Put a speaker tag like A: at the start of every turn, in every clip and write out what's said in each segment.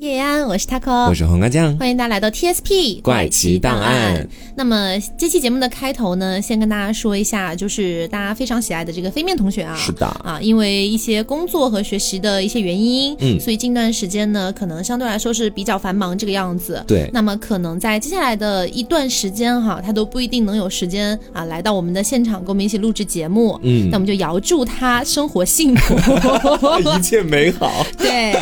A: 叶安，我是 Taco，
B: 我是黄瓜酱。
A: 欢迎大家来到 TSP
B: 怪奇档案。
A: 那么这期节目的开头呢，先跟大家说一下，就是大家非常喜爱的这个飞面同学啊，
B: 是的
A: 啊，因为一些工作和学习的一些原因，
B: 嗯
A: 所以近段时间呢，可能相对来说是比较繁忙这个样子。
B: 对，
A: 那么可能在接下来的一段时间哈，他都不一定能有时间啊来到我们的现场，跟我们一起录制节目。
B: 嗯
A: 那我们就遥祝他生活幸 福。
B: 哎一切美 好。
A: 对，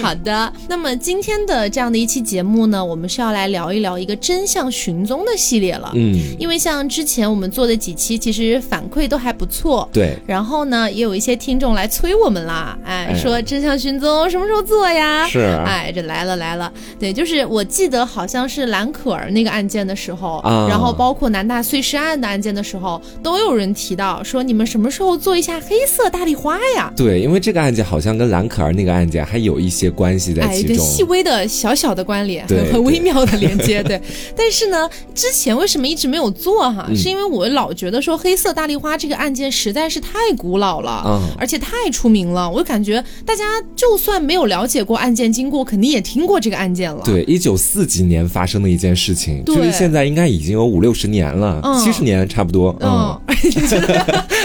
A: 好的。那么今天的这样的一期节目呢，我们是要来聊一聊一个真相寻踪的系列了。
B: 嗯，
A: 因为像之前我们做的几期，其实反馈都还不错。
B: 对，
A: 然后呢，也有一些听众来催我们啦，哎，
B: 哎
A: 说真相寻踪什么时候做呀？
B: 是啊
A: 哎，这来了来了，对，就是我记得好像是蓝可儿那个案件的时候，
B: 啊
A: 然后包括南大碎尸案的案件的时候，都有人提到说你们什么时候做一下黑色大丽花呀？
B: 对，因为这个案件好像跟兰可儿那个案件还有一些关系在
A: 哎，
B: 其
A: 对，
B: 中。
A: 细微的小小的关联，
B: 对
A: 很很微
B: 对
A: 妙的连 接，对。但是呢，之前为什么一直没有做哈？
B: 嗯
A: 是因为我老觉得说黑色大丽花这个案件实在是太古老了。
B: 嗯
A: 而且太出名了，我就感觉大家就算没有了解过案件经过，肯定也听过这个案件了。嗯
B: 对，一九四几年发生的一件事情，
A: 对
B: 距离现在应该已经有五六十年了
A: 嗯，
B: 七十年差不多。
A: 嗯
B: 嗯，，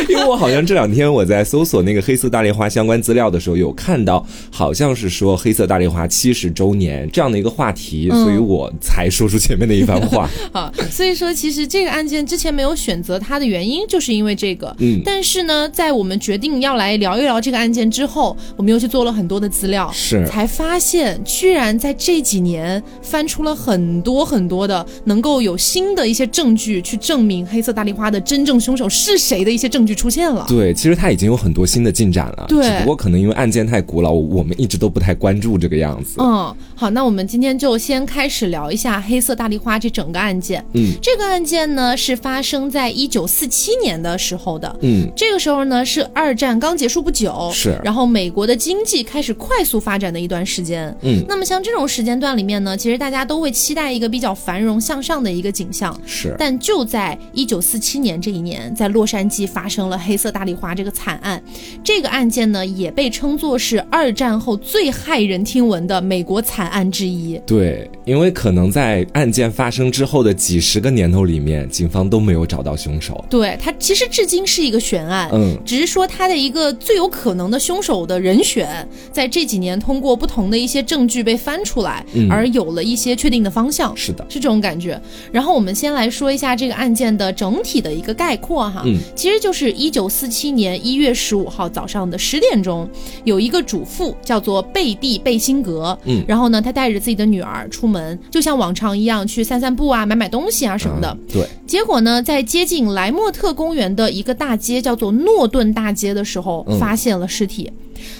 B: 因为我好像这两天我在搜索那个黑色大丽花相关资料的时候，有看到好像是说黑色大丽花七十周年这样的一个话题，
A: 嗯
B: 所以我才说出前面的一番 话。
A: 好，所以说其实这个案件之前没有选择它的原因，就是因为这个。
B: 嗯
A: 但是呢，在我们决定要来聊一聊这个案件之后，我们又去做了很多的资料，
B: 是
A: 才发现居然在这几年翻出了很多很多的能够有新的一些证据去证明黑色大丽花的真正凶手是谁的一些证据出现了。
B: 对，其实它已经有很多新的进展了，
A: 对
B: 只不过可能因为案件太古老，我们一直都不太关注这个样子。
A: 嗯，好，那我们今天就先开始聊一下黑色大丽花这整个案件。
B: 嗯
A: 这个案件呢是发生在一九四七年的时候的。
B: 嗯，
A: 这个时候呢，是二战刚结束不久，
B: 是
A: 然后美国的经济开始快速发展的一段时间。
B: 嗯
A: 那么像这种时间段里面呢，其实大家都会期待一个比较繁荣向上的一个景象。
B: 是，
A: 但就在一九四七年这一年，在洛杉矶发生了黑色大丽花这个惨案。这个案件呢，也被称作是二战后最骇人听闻的美国惨案之一。
B: 对，因为可能在案件发生之后的几十个年头里面，警方都没有找到凶手。
A: 对，它其实至今是一个悬案。
B: 嗯，
A: 只是说他的一个最有可能的凶手的人选，在这几年通过不同的一些证据被翻出来，
B: 嗯
A: 而有了一些确定的方向。
B: 是的，
A: 是这种感觉。然后我们先来说一下这个案件的整体的一个概括哈，
B: 嗯
A: 其实就是一九四七年一月十五号早上的十点钟，有一个主妇叫做贝蒂·贝辛格，
B: 嗯
A: 然后呢，她带着自己的女儿出门，就像往常一样去散散步啊、买买东西啊什么的。
B: 嗯对，
A: 结果呢，在接近莱莫特公园的一个大街，叫做诺顿大街的时候，
B: 嗯
A: 发现了尸体。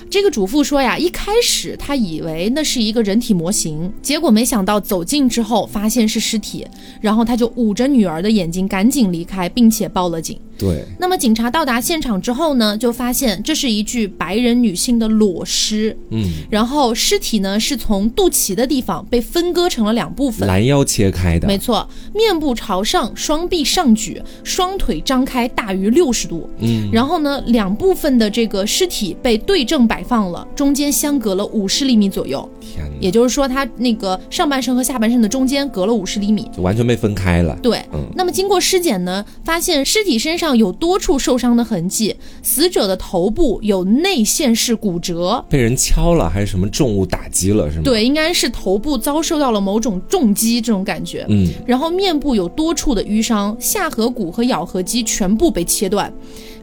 A: 这个主妇说呀，一开始她以为那是一个人体模型，结果没想到走近之后发现是尸体，然后她就捂着女儿的眼睛赶紧离开，并且报了警。
B: 对，
A: 那么警察到达现场之后呢，就发现这是一具白人女性的裸尸，
B: 嗯，
A: 然后尸体呢是从肚脐的地方被分割成了两部分。
B: 拦腰切开的
A: 没，错，面部朝上，双臂上举，双腿张开大于六十度。
B: 嗯，
A: 然后呢，两部分的这个尸体被对正摆放了，中间相隔了五十厘米左右，
B: 天哪，
A: 也就是说，它那个上半身和下半身的中间隔了五十厘米。
B: 就完全被分开了。
A: 对，
B: 嗯
A: 那么经过尸检呢，发现尸体身上有多处受伤的痕迹，死者的头部有内陷式骨折，
B: 被人敲了还是什么重物打击了是吗？，
A: 对，应该是头部遭受到了某种重击这种感觉。
B: 嗯，
A: 然后面部有多处的淤伤，下颌骨和咬合肌全部被切断，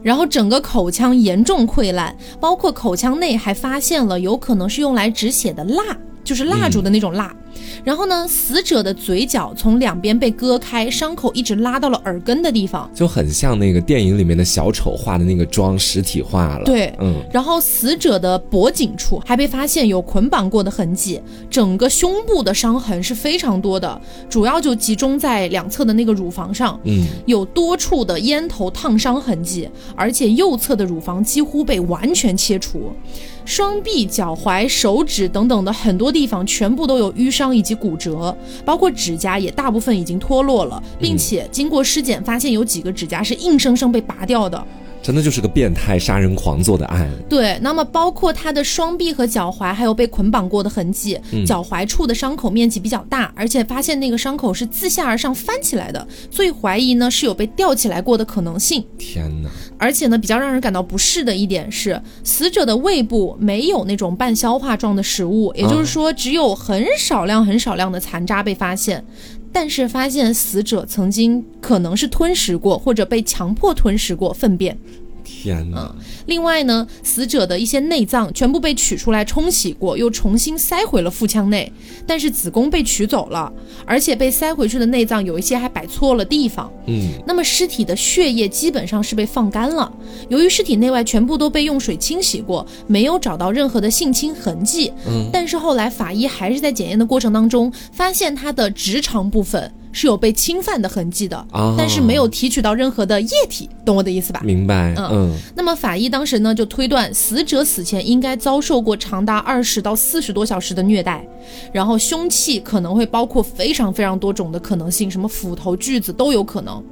A: 然后整个口腔严重溃烂，包括口腔内还发现了有可能是用来止血的蜡，就是蜡烛的那种蜡。然后呢，死者的嘴角从两边被割开，伤口一直拉到了耳根的地方。
B: 就很像那个电影里面的小丑化的那个妆实体化了。
A: 对
B: 嗯，
A: 然后死者的脖颈处还被发现有捆绑过的痕迹，整个胸部的伤痕是非常多的，主要就集中在两侧的那个乳房上。
B: 嗯，
A: 有多处的烟头烫伤痕迹，而且右侧的乳房几乎被完全切除，双臂、脚踝、手指等等的很多地方全部都有淤伤以及骨折，包括指甲也大部分已经脱落了，并且经过尸检发现有几个指甲是硬生生被拔掉的。
B: 真的就是个变态杀人狂做的案。
A: 对，那么包括他的双臂和脚踝，还有被捆绑过的痕迹，脚踝处的伤口面积比较大，而且发现那个伤口是自下而上翻起来的，所以怀疑呢是有被吊起来过的可能性。
B: 天哪，
A: 而且呢，比较让人感到不适的一点是，死者的胃部没有那种半消化状的食物，也就是说，只有很少量、很少量的残渣被发现。但是发现死者曾经可能是吞食过或者被强迫吞食过粪便。
B: 天哪！
A: 另外呢，死者的一些内脏全部被取出来冲洗过，又重新塞回了腹腔内，但是子宫被取走了，而且被塞回去的内脏有一些还摆错了地方。
B: 嗯，
A: 那么尸体的血液基本上是被放干了，由于尸体内外全部都被用水清洗过，没有找到任何的性侵痕迹。嗯，但是后来法医还是在检验的过程当中，发现他的直肠部分是有被侵犯的痕迹的，
B: 哦
A: 但是没有提取到任何的液体，懂我的意思吧？
B: 明白。嗯
A: 那么法医当时呢就推断，死者死前应该遭受过长达二十到四十多小时的虐待，然后凶器可能会包括非常非常多种的可能性，什么斧头、锯子都有可能。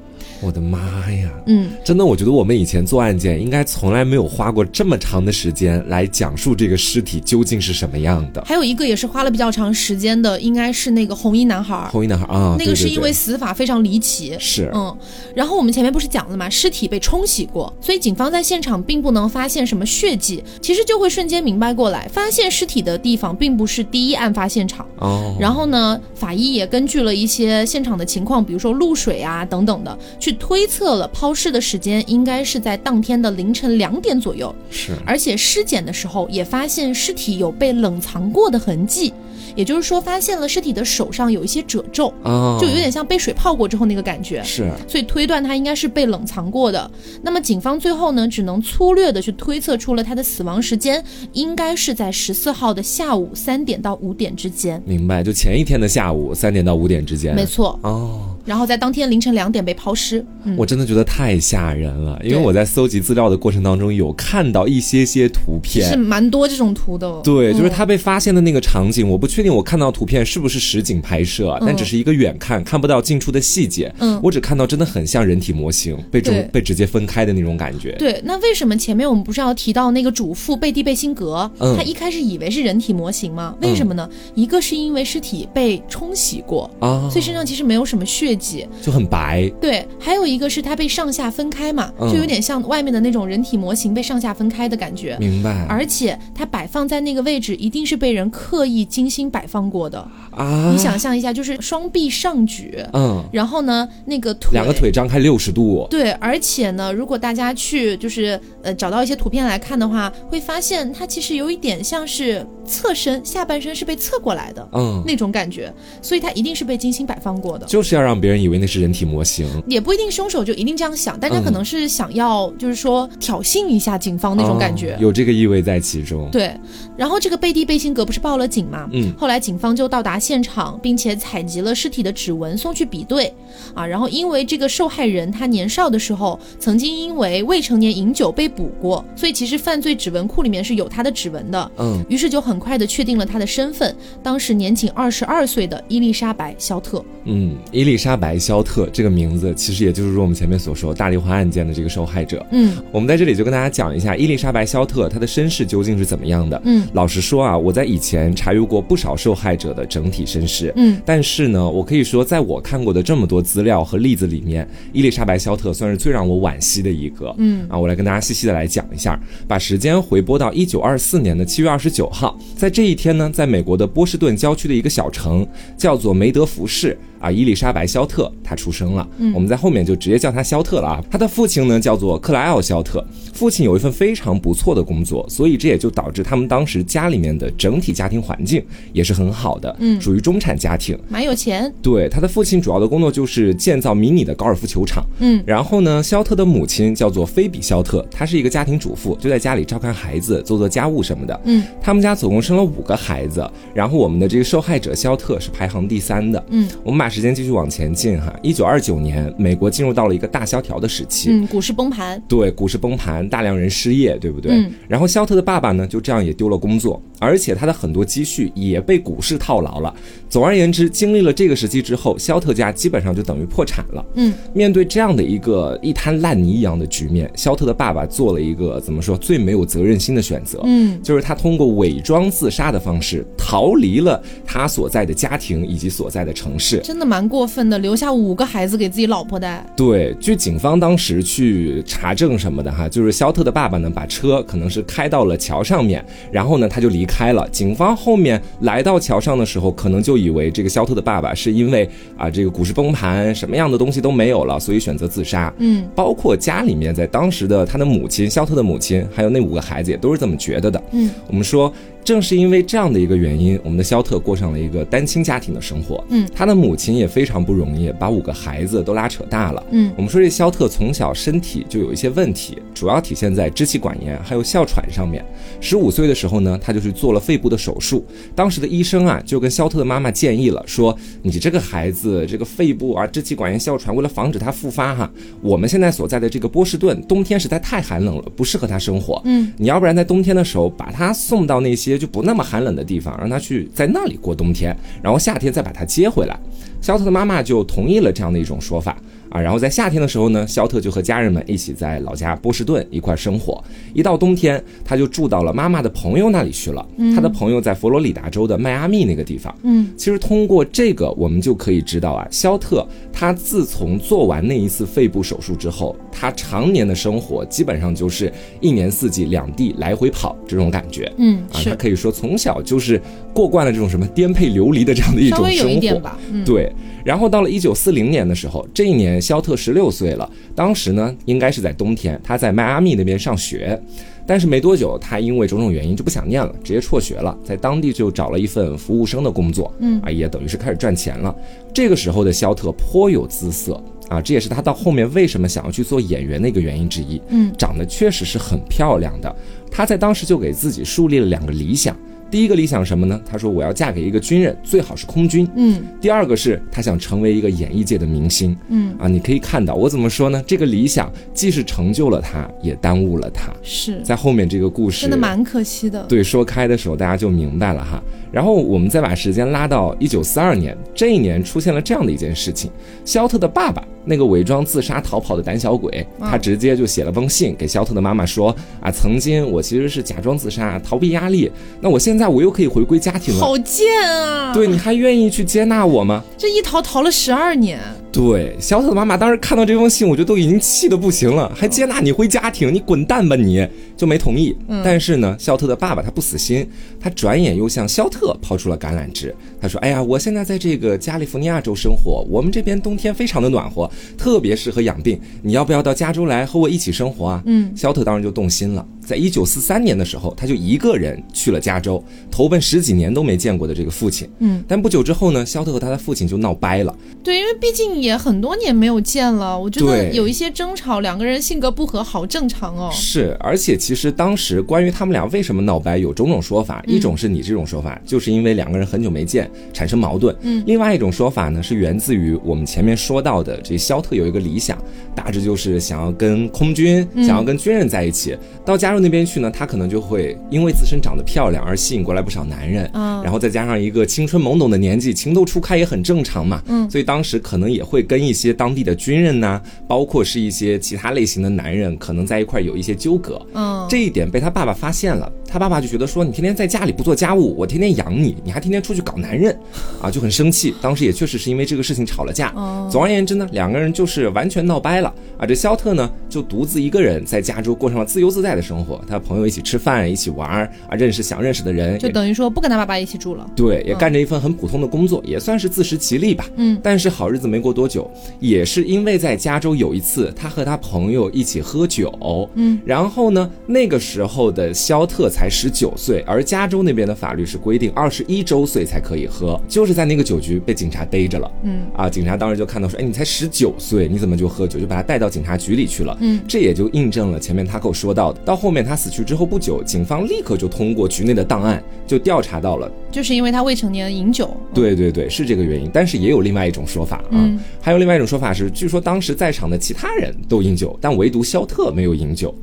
B: 我的妈呀！
A: 嗯，
B: 真的，我觉得我们以前做案件应该从来没有花过这么长的时间来讲述这个尸体究竟是什么样的。
A: 还有一个也是花了比较长时间的，应该是那个红衣男孩儿，
B: 红衣男孩啊，
A: 那个是
B: 对对
A: 因为
B: 对
A: 死法非常离奇。
B: 是
A: 嗯，然后我们前面不是讲了嘛，尸体被冲洗过，所以警方在现场并不能发现什么血迹，其实就会瞬间明白过来，发现尸体的地方并不是第一案发现场。
B: 哦，
A: 然后呢，法医也根据了一些现场的情况，比如说露水啊等等的，去推测了抛尸的时间应该是在当天的凌晨两点左右。
B: 是
A: 而且尸检的时候也发现尸体有被冷藏过的痕迹，也就是说发现了尸体的手上有一些褶皱，
B: 啊，
A: 就有点像被水泡过之后那个感觉。
B: 是
A: 所以推断他应该是被冷藏过的。那么警方最后呢，只能粗略的去推测出了他的死亡时间应该是在十四号的下午三点到五点之间。
B: 明白，就前一天的下午三点到五点之间。
A: 没错，
B: 哦。
A: 然后在当天凌晨两点被抛尸。嗯，
B: 我真的觉得太吓人了，因为
A: 对
B: 我在搜集资料的过程当中有看到一些些图
A: 其实
B: 片。
A: 蛮多这种图的、哦。
B: 对，就是他被发现的那个场
A: 嗯
B: 景，我不确定我看到图片是不是实景拍摄，啊但只是一个远看，看不到近处的细节。
A: 嗯
B: 我只看到真的很像人体模型被
A: 对
B: 中被直接分开的那种感觉。
A: 对，那为什么前面我们不是要提到那个主妇贝蒂贝辛格？
B: 嗯
A: 她一开始以为是人体模型吗？为什么呢？一个是因为尸体被冲洗过，
B: 啊，
A: 所以身上其实没有什么血迹。
B: 就很白。
A: 对，还有一个是它被上下分开嘛，
B: 嗯
A: 就有点像外面的那种人体模型被上下分开的感觉。
B: 明白
A: 而且它摆放在那个位置，一定是被人刻意精心摆放过的。
B: 啊，
A: 你想象一下，就是双臂上举，
B: 嗯，
A: 然后呢，那个腿
B: 两个腿张开六十度，
A: 对，而且呢，如果大家去就是呃找到一些图片来看的话，会发现它其实有一点像是侧身，下半身是被侧过来的、
B: 嗯，
A: 那种感觉，所以它一定是被精心摆放过的。
B: 就是要让别人以为那是人体模型。
A: 也不一定凶手就一定这样想，但他
B: 嗯
A: 可能是想要就是说挑衅一下警方那种感觉。
B: 哦有这个意味在其中。
A: 对，然后这个贝蒂贝辛格不是报了警吗？
B: 嗯，
A: 后来警方就到达现场，并且采集了尸体的指纹送去比对，啊，然后因为这个受害人他年少的时候曾经因为未成年饮酒被捕过，所以其实犯罪指纹库里面是有他的指纹的。
B: 嗯，
A: 于是就很快的确定了他的身份，当时年仅二十二岁的伊丽莎白·肖特。
B: 嗯，伊丽莎白·肖特这个名字，其实也就是说我们前面所说大丽花案件的这个受害者。
A: 嗯
B: 我们在这里就跟大家讲一下伊丽莎白·肖特她的身世究竟是怎么样的。
A: 嗯
B: 老实说啊，我在以前查阅过不少受害者的整体身世。
A: 嗯，
B: 但是呢，我可以说，在我看过的这么多资料和例子里面，伊丽莎白·肖特算是最让我惋惜的一个。
A: 嗯
B: 啊，我来跟大家细细的来讲一下，把时间回拨到一九二四年的七月二十九号，在这一天呢，在美国的波士顿郊区的一个小城叫做梅德福市啊，伊丽莎白·肖特她出生了。我们在后面就直接叫她肖特了啊。她的父亲呢叫做克莱奥·肖特，父亲有一份非常不错的工作，所以这也就导致他们当时家里面的整体家庭环境也是很好的，嗯，属于中产家庭。
A: 蛮有钱。
B: 对，他的父亲主要的工作就是建造迷你的高尔夫球场。
A: 嗯，
B: 然后呢，肖特的母亲叫做菲比·肖特，她是一个家庭主妇，就在家里照看孩子、做做家务什么的。
A: 嗯，
B: 他们家总共生了五个孩子，然后我们的这个受害者肖特是排行第三的。
A: 嗯，
B: 我们把时间继续往前进哈，一九二九年，美国进入到了一个大萧条的时期。
A: 嗯，股市崩盘，
B: 对，股市崩盘，大量人失业，对不对？
A: 嗯
B: 然后肖特的爸爸呢，就这样也丢了工作，而且他的很多积蓄也被股市套牢了。总而言之，经历了这个时期之后，肖特家基本上就等于破产了。
A: 嗯，
B: 面对这样的一个一滩烂泥一样的局面，肖特的爸爸做了一个怎么说最没有责任心的选择。
A: 嗯，
B: 就是他通过伪装自杀的方式逃离了他所在的家庭以及所在的城市。
A: 真的蛮过分的，留下五个孩子给自己老婆带。
B: 对，据警方当时去查证什么的哈，就是肖特的爸爸呢，把车可能是开到了桥上面，然后呢他就离开了。警方后面来到桥上的时候，可能就以为这个肖特的爸爸是因为啊这个股市崩盘，什么样的东西都没有了，所以选择自杀。
A: 嗯，
B: 包括家里面在当时的他的母亲肖特的母亲，还有那五个孩子也都是这么觉得的。
A: 嗯，
B: 我们说。正是因为这样的一个原因，我们的肖特过上了一个单亲家庭的生活。
A: 嗯，
B: 他的母亲也非常不容易，把五个孩子都拉扯大了。
A: 嗯，
B: 我们说这肖特从小身体就有一些问题，主要体现在支气管炎还有哮喘上面。十五岁的时候呢，他就去做了肺部的手术。当时的医生啊，就跟肖特的妈妈建议了，说你这个孩子这个肺部啊支气管炎、哮喘，为了防止它复发哈，我们现在所在的这个波士顿冬天实在太寒冷了，不适合他生活。
A: 嗯，
B: 你要不然在冬天的时候把他送到那些就不那么寒冷的地方，让他去在那里过冬天，然后夏天再把他接回来。肖特的妈妈就同意了这样的一种说法啊。然后在夏天的时候呢，肖特就和家人们一起在老家波士顿一块生活。一到冬天，他就住到了妈妈的朋友那里去了。他的朋友在佛罗里达州的迈阿密那个地方。
A: 嗯，
B: 其实通过这个，我们就可以知道啊，肖特他自从做完那一次肺部手术之后，他常年的生活基本上就是一年四季两地来回跑这种感觉。
A: 嗯，
B: 啊，他
A: 是
B: 可以说从小就是过惯了这种什么颠沛流离的这样的一种
A: 稍
B: 生活，
A: 微有一点吧。嗯，
B: 对，然后到了一九四零年的时候，这一年肖特十六岁了。当时呢，应该是在冬天，他在迈阿密那边上学，但是没多久，他因为种种原因就不想念了，直接辍学了，在当地就找了一份服务生的工作，
A: 嗯
B: 啊，也等于是开始赚钱了。这个时候的肖特颇有姿色啊，这也是他到后面为什么想要去做演员的一个原因之一。
A: 嗯，
B: 长得确实是很漂亮的。她在当时就给自己树立了两个理想，第一个理想是什么呢？她说我要嫁给一个军人，最好是空军。
A: 嗯
B: 第二个是她想成为一个演艺界的明星。
A: 嗯，
B: 啊，你可以看到，我怎么说呢？这个理想既是成就了她，也耽误了她。
A: 是
B: 在后面这个故事
A: 真的蛮可惜的。
B: 对说开的时候，大家就明白了哈。然后我们再把时间拉到一九四二年，这一年出现了这样的一件事情：肖特的爸爸那个伪装自杀逃跑的胆小鬼，
A: 嗯
B: 他直接就写了封信给肖特的妈妈说：“啊，曾经我其实是假装自杀，逃避压力，那我现在我又可以回归家庭了。
A: 好贱啊！
B: 对，，你还愿意去接纳我吗？”
A: 这一逃逃了十二年，
B: 对，小特的妈妈当时看到这封信，我觉得都已经气得不行
A: 嗯
B: 了，还接纳你回家庭，你滚蛋吧你，就没同意。
A: 嗯
B: 但是呢，肖特的爸爸他不死心，他转眼又向肖特抛出了橄榄枝。他说：“哎呀，我现在在这个加利福尼亚州生活，我们这边冬天非常的暖和，特别适合养病。你要不要到加州来和我一起生活啊？”
A: 嗯，
B: 肖特当时就动心了。在一九四三年的时候，他就一个人去了加州，投奔十几年都没见过的这个父亲。
A: 嗯，
B: 但不久之后呢，肖特和他的父亲就闹掰了。
A: 对，因为毕竟也很多年没有见了，我觉得
B: 对
A: 有一些争吵，两个人性格不合，好正常哦。
B: 是，而且其实当时关于他们俩为什么闹掰，有种种说法，
A: 嗯
B: 一种是你这种说法，就是因为两个人很久没见产生矛盾；
A: 嗯
B: 另外一种说法呢，是源自于我们前面说到的，这肖特有一个理想，大致就是想要跟空军，
A: 嗯
B: 想要跟军人在一起。到加入那边去呢，他可能就会因为自身长得漂亮而吸引过来不少男人，
A: 啊
B: 然后再加上一个青春懵懂的年纪，情窦初开也很正常嘛。
A: 嗯
B: 所以当时可能也会跟一些当地的军人呐、包括是一些其他类型的男人，可能在一块儿有一些纠葛。
A: 嗯，
B: 这一点被他爸爸发现了，他爸爸就觉得说你天天在家里不做家务，我天天养你，你还天天出去搞男人，啊，就很生气。当时也确实是因为这个事情吵了架。
A: 哦
B: 总而言之呢，两个人就是完全闹掰了啊。这肖特呢，就独自一个人在加州过上了自由自在的生活，他朋友一起吃饭，一起玩儿啊，认识想认识的人，
A: 就
B: 也
A: 等于说不跟他爸爸一起住了。
B: 对，也干着一份很普通的工作，也算是自食其力吧。
A: 嗯
B: 但是好日子没过多久，也是因为在加州有一次，他和他朋友一起喝酒，
A: 嗯，
B: 然后呢，那个时候的肖特才十九岁，而加州那边的法律是规定二十一周岁才可以喝，就是在那个酒局被警察逮着了。
A: 嗯
B: 啊，警察当时就看到说，哎，你才十九岁，你怎么就喝酒？就把他带到警察局里去了。
A: 嗯
B: 这也就印证了前面他给我说到的，到后面他死去之后不久，警方立刻就通过局内的档案就调查到了，
A: 就是因为他未成年饮酒，
B: 对对对，是这个原因。但是也有另外一种说法啊，
A: 嗯
B: 还有另外一种说法是，据说当时在场的其他人都饮酒，但唯独肖特没有饮酒。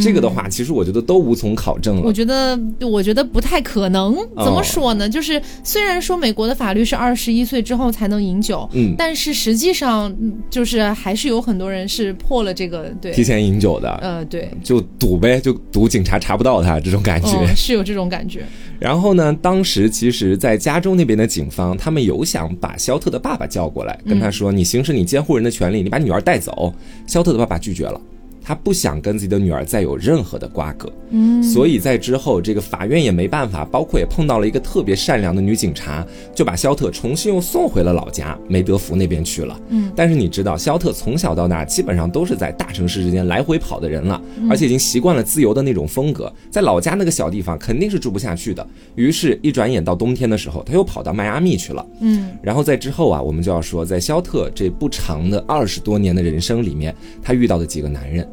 B: 这个的话，其实我觉得都无从考证了
A: 嗯我。觉得，我觉得不太可能。
B: 哦
A: 怎么说呢？就是虽然说美国的法律是二十一岁之后才能饮酒，
B: 嗯
A: 但是实际上嗯就是还是有很多人是破了这个对
B: 提，前饮酒的，
A: 呃，对，
B: 就赌呗，就赌警察查不到他这种感觉。
A: 嗯，是有这种感觉。
B: 然后呢，当时其实，在加州那边的警方，他们有想把肖特的爸爸叫过来，跟他说：“你行使你监护人的权利，你把女儿带走。”肖特的爸爸拒绝了。他不想跟自己的女儿再有任何的瓜葛，嗯，所以在之后，这个法院也没办法，包括也碰到了一个特别善良的女警察，就把肖特重新又送回了老家梅德福那边去了。嗯，但是你知道，肖特从小到大基本上都是在大城市之间来回跑的人了，而且已经习惯了自由的那种风格，在老家那个小地方肯定是住不下去的。于是，一转眼到冬天的时候，他又跑到迈阿密去了。
A: 嗯，
B: 然后在之后啊，我们就要说，在肖特这不长的二十多年的人生里面，他遇到的几个男人。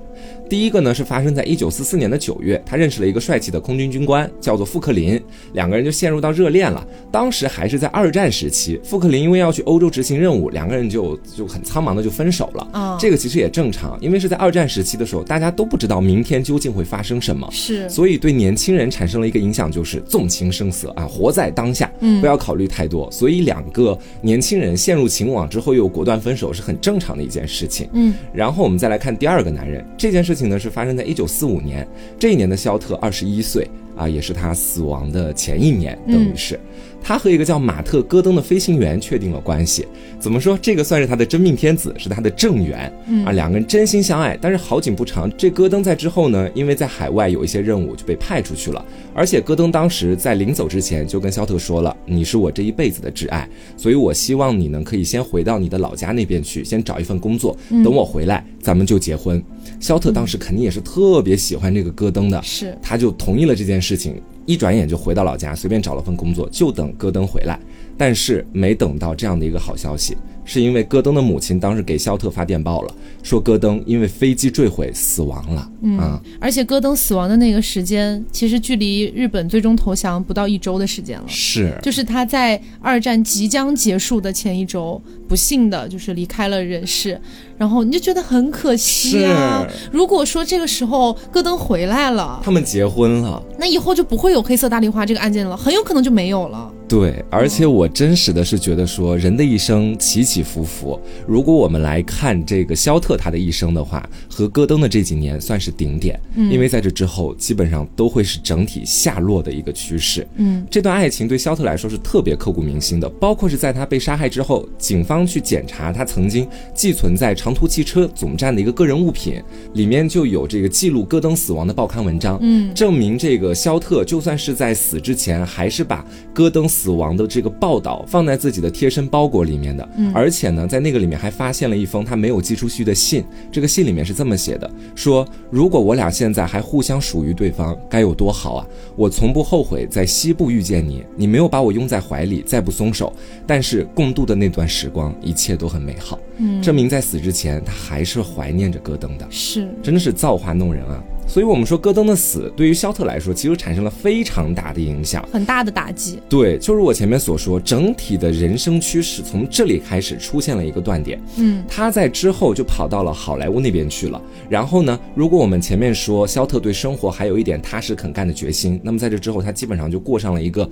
B: 第一个呢是发生在一九四四年的九月，他认识了一个帅气的空军军官，叫做富克林，两个人就陷入到热恋了。当时还是在二战时期，富克林因为要去欧洲执行任务，两个人就就很苍茫的就分手了。
A: 啊
B: 这个其实也正常，因为是在二战时期的时候，大家都不知道明天究竟会发生什么。
A: 是，
B: 所以对年轻人产生了一个影响，就是纵情声色啊，活在当下，
A: 嗯
B: 不要考虑太多。所以两个年轻人陷入情网之后又果断分手是很正常的一件事情。
A: 嗯，
B: 然后我们再来看第二个男人，这件事情呢是发生在一九四五年，这一年的肖特二十一岁啊，也是他死亡的前一年，等于是。他和一个叫马特·戈登的飞行员确定了关系。怎么说？这个算是他的真命天子，是他的正缘、啊。两个人真心相爱，但是好景不长，这戈登在之后呢，因为在海外有一些任务就被派出去了。而且戈登当时在临走之前就跟肖特说了：“你是我这一辈子的挚爱，所以我希望你能可以先回到你的老家那边去，先找一份工作，等我回来咱们就结婚。”肖特当时肯定也是特别喜欢这个戈登的，
A: 是，
B: 他就同意了这件事情，一转眼就回到老家，随便找了份工作，就等戈登回来。但是没等到这样的一个好消息，是因为戈登的母亲当时给肖特发电报了，说戈登因为飞机坠毁死亡了。嗯啊，
A: 而且戈登死亡的那个时间，其实距离日本最终投降不到一周的时间了。
B: 是
A: 就是他在二战即将结束的前一周，不幸的就是离开了人世，然后你就觉得很可惜啊。如果说这个时候戈登回来了，
B: 他们结婚了。
A: 那以后就不会有黑色大丽花这个案件了，很有可能就没有了。
B: 对，而且我真实的是觉得说，人的一生起起伏伏。如果我们来看这个肖特他的一生的话，和戈登的这几年算是顶点，因为在这之后基本上都会是整体下落的一个趋势。
A: 嗯，
B: 这段爱情对肖特来说是特别刻骨铭心的，包括是在他被杀害之后，警方去检查他曾经寄存在长途汽车总站的一个个人物品，里面就有这个记录戈登死亡的报刊文章。
A: 嗯，
B: 证明这个肖特就算是在死之前，还是把戈登死亡的这个报道放在自己的贴身包裹里面的。而且呢，在那个里面还发现了一封他没有寄出去的信。这个信里面是这么写的：说如果我俩现在还互相属于对方，该有多好啊！我从不后悔在西部遇见你，你没有把我拥在怀里，再不松手。但是共度的那段时光，一切都很美好。证明在死之前，他还是怀念着戈登的。
A: 是，
B: 真的是造化弄人啊！所以我们说，戈登的死对于肖特来说，其实产生了非常大的影响。
A: 很大的打击。
B: 对，就如我前面所说，整体的人生趋势从这里开始出现了一个断点。
A: 嗯，
B: 他在之后就跑到了好莱坞那边去了。然后呢，如果我们前面说肖特对生活还有一点踏实肯干的决心，那么在这之后，他基本上就过上了一个。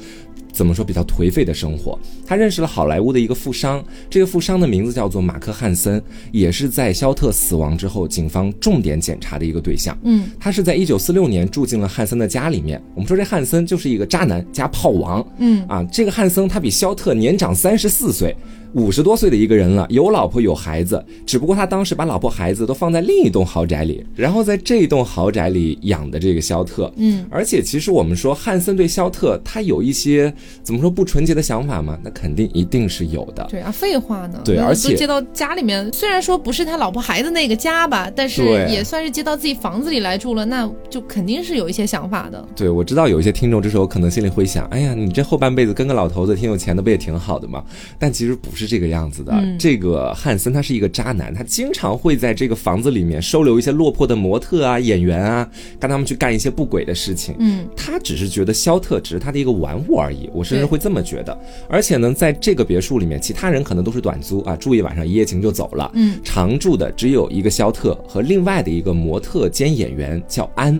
B: 怎么说比较颓废的生活？他认识了好莱坞的一个富商，这个富商的名字叫做马克汉森，也是在肖特死亡之后，警方重点检查的一个对象。
A: 嗯，
B: 他是在一九四六年住进了汉森的家里面。我们说这汉森就是一个渣男加炮王，
A: 嗯
B: 啊，这个汉森他比肖特年长三十四岁，五十多岁的一个人了，有老婆有孩子，只不过他当时把老婆孩子都放在另一栋豪宅里，然后在这栋豪宅里养的这个肖特，
A: 嗯，
B: 而且其实我们说汉森对肖特他有一些怎么说不纯洁的想法嘛？那肯定一定是有的。
A: 对啊，废话呢。
B: 对
A: 嗯
B: 而且
A: 都接到家里面，虽然说不是他老婆孩子那个家吧，但是
B: 对
A: 也算是接到自己房子里来住了，那就肯定是有一些想法的。
B: 对，我知道有一些听众这时候可能心里会想，哎呀，你这后半辈子跟个老头子挺有钱的，不也挺好的吗？但其实不是这个样子的。这个汉森他是一个渣男，他经常会在这个房子里面收留一些落魄的模特啊、演员啊，跟他们去干一些不轨的事情。
A: 嗯，
B: 他只是觉得肖特只是他的一个玩物而已，我甚至
A: 对
B: 会这么觉得。而且呢，在这个别墅里面，其他人可能都是短租啊，住一晚上一夜情就走了。
A: 嗯，
B: 常住的只有一个肖特和另外的一个模特兼演员叫安。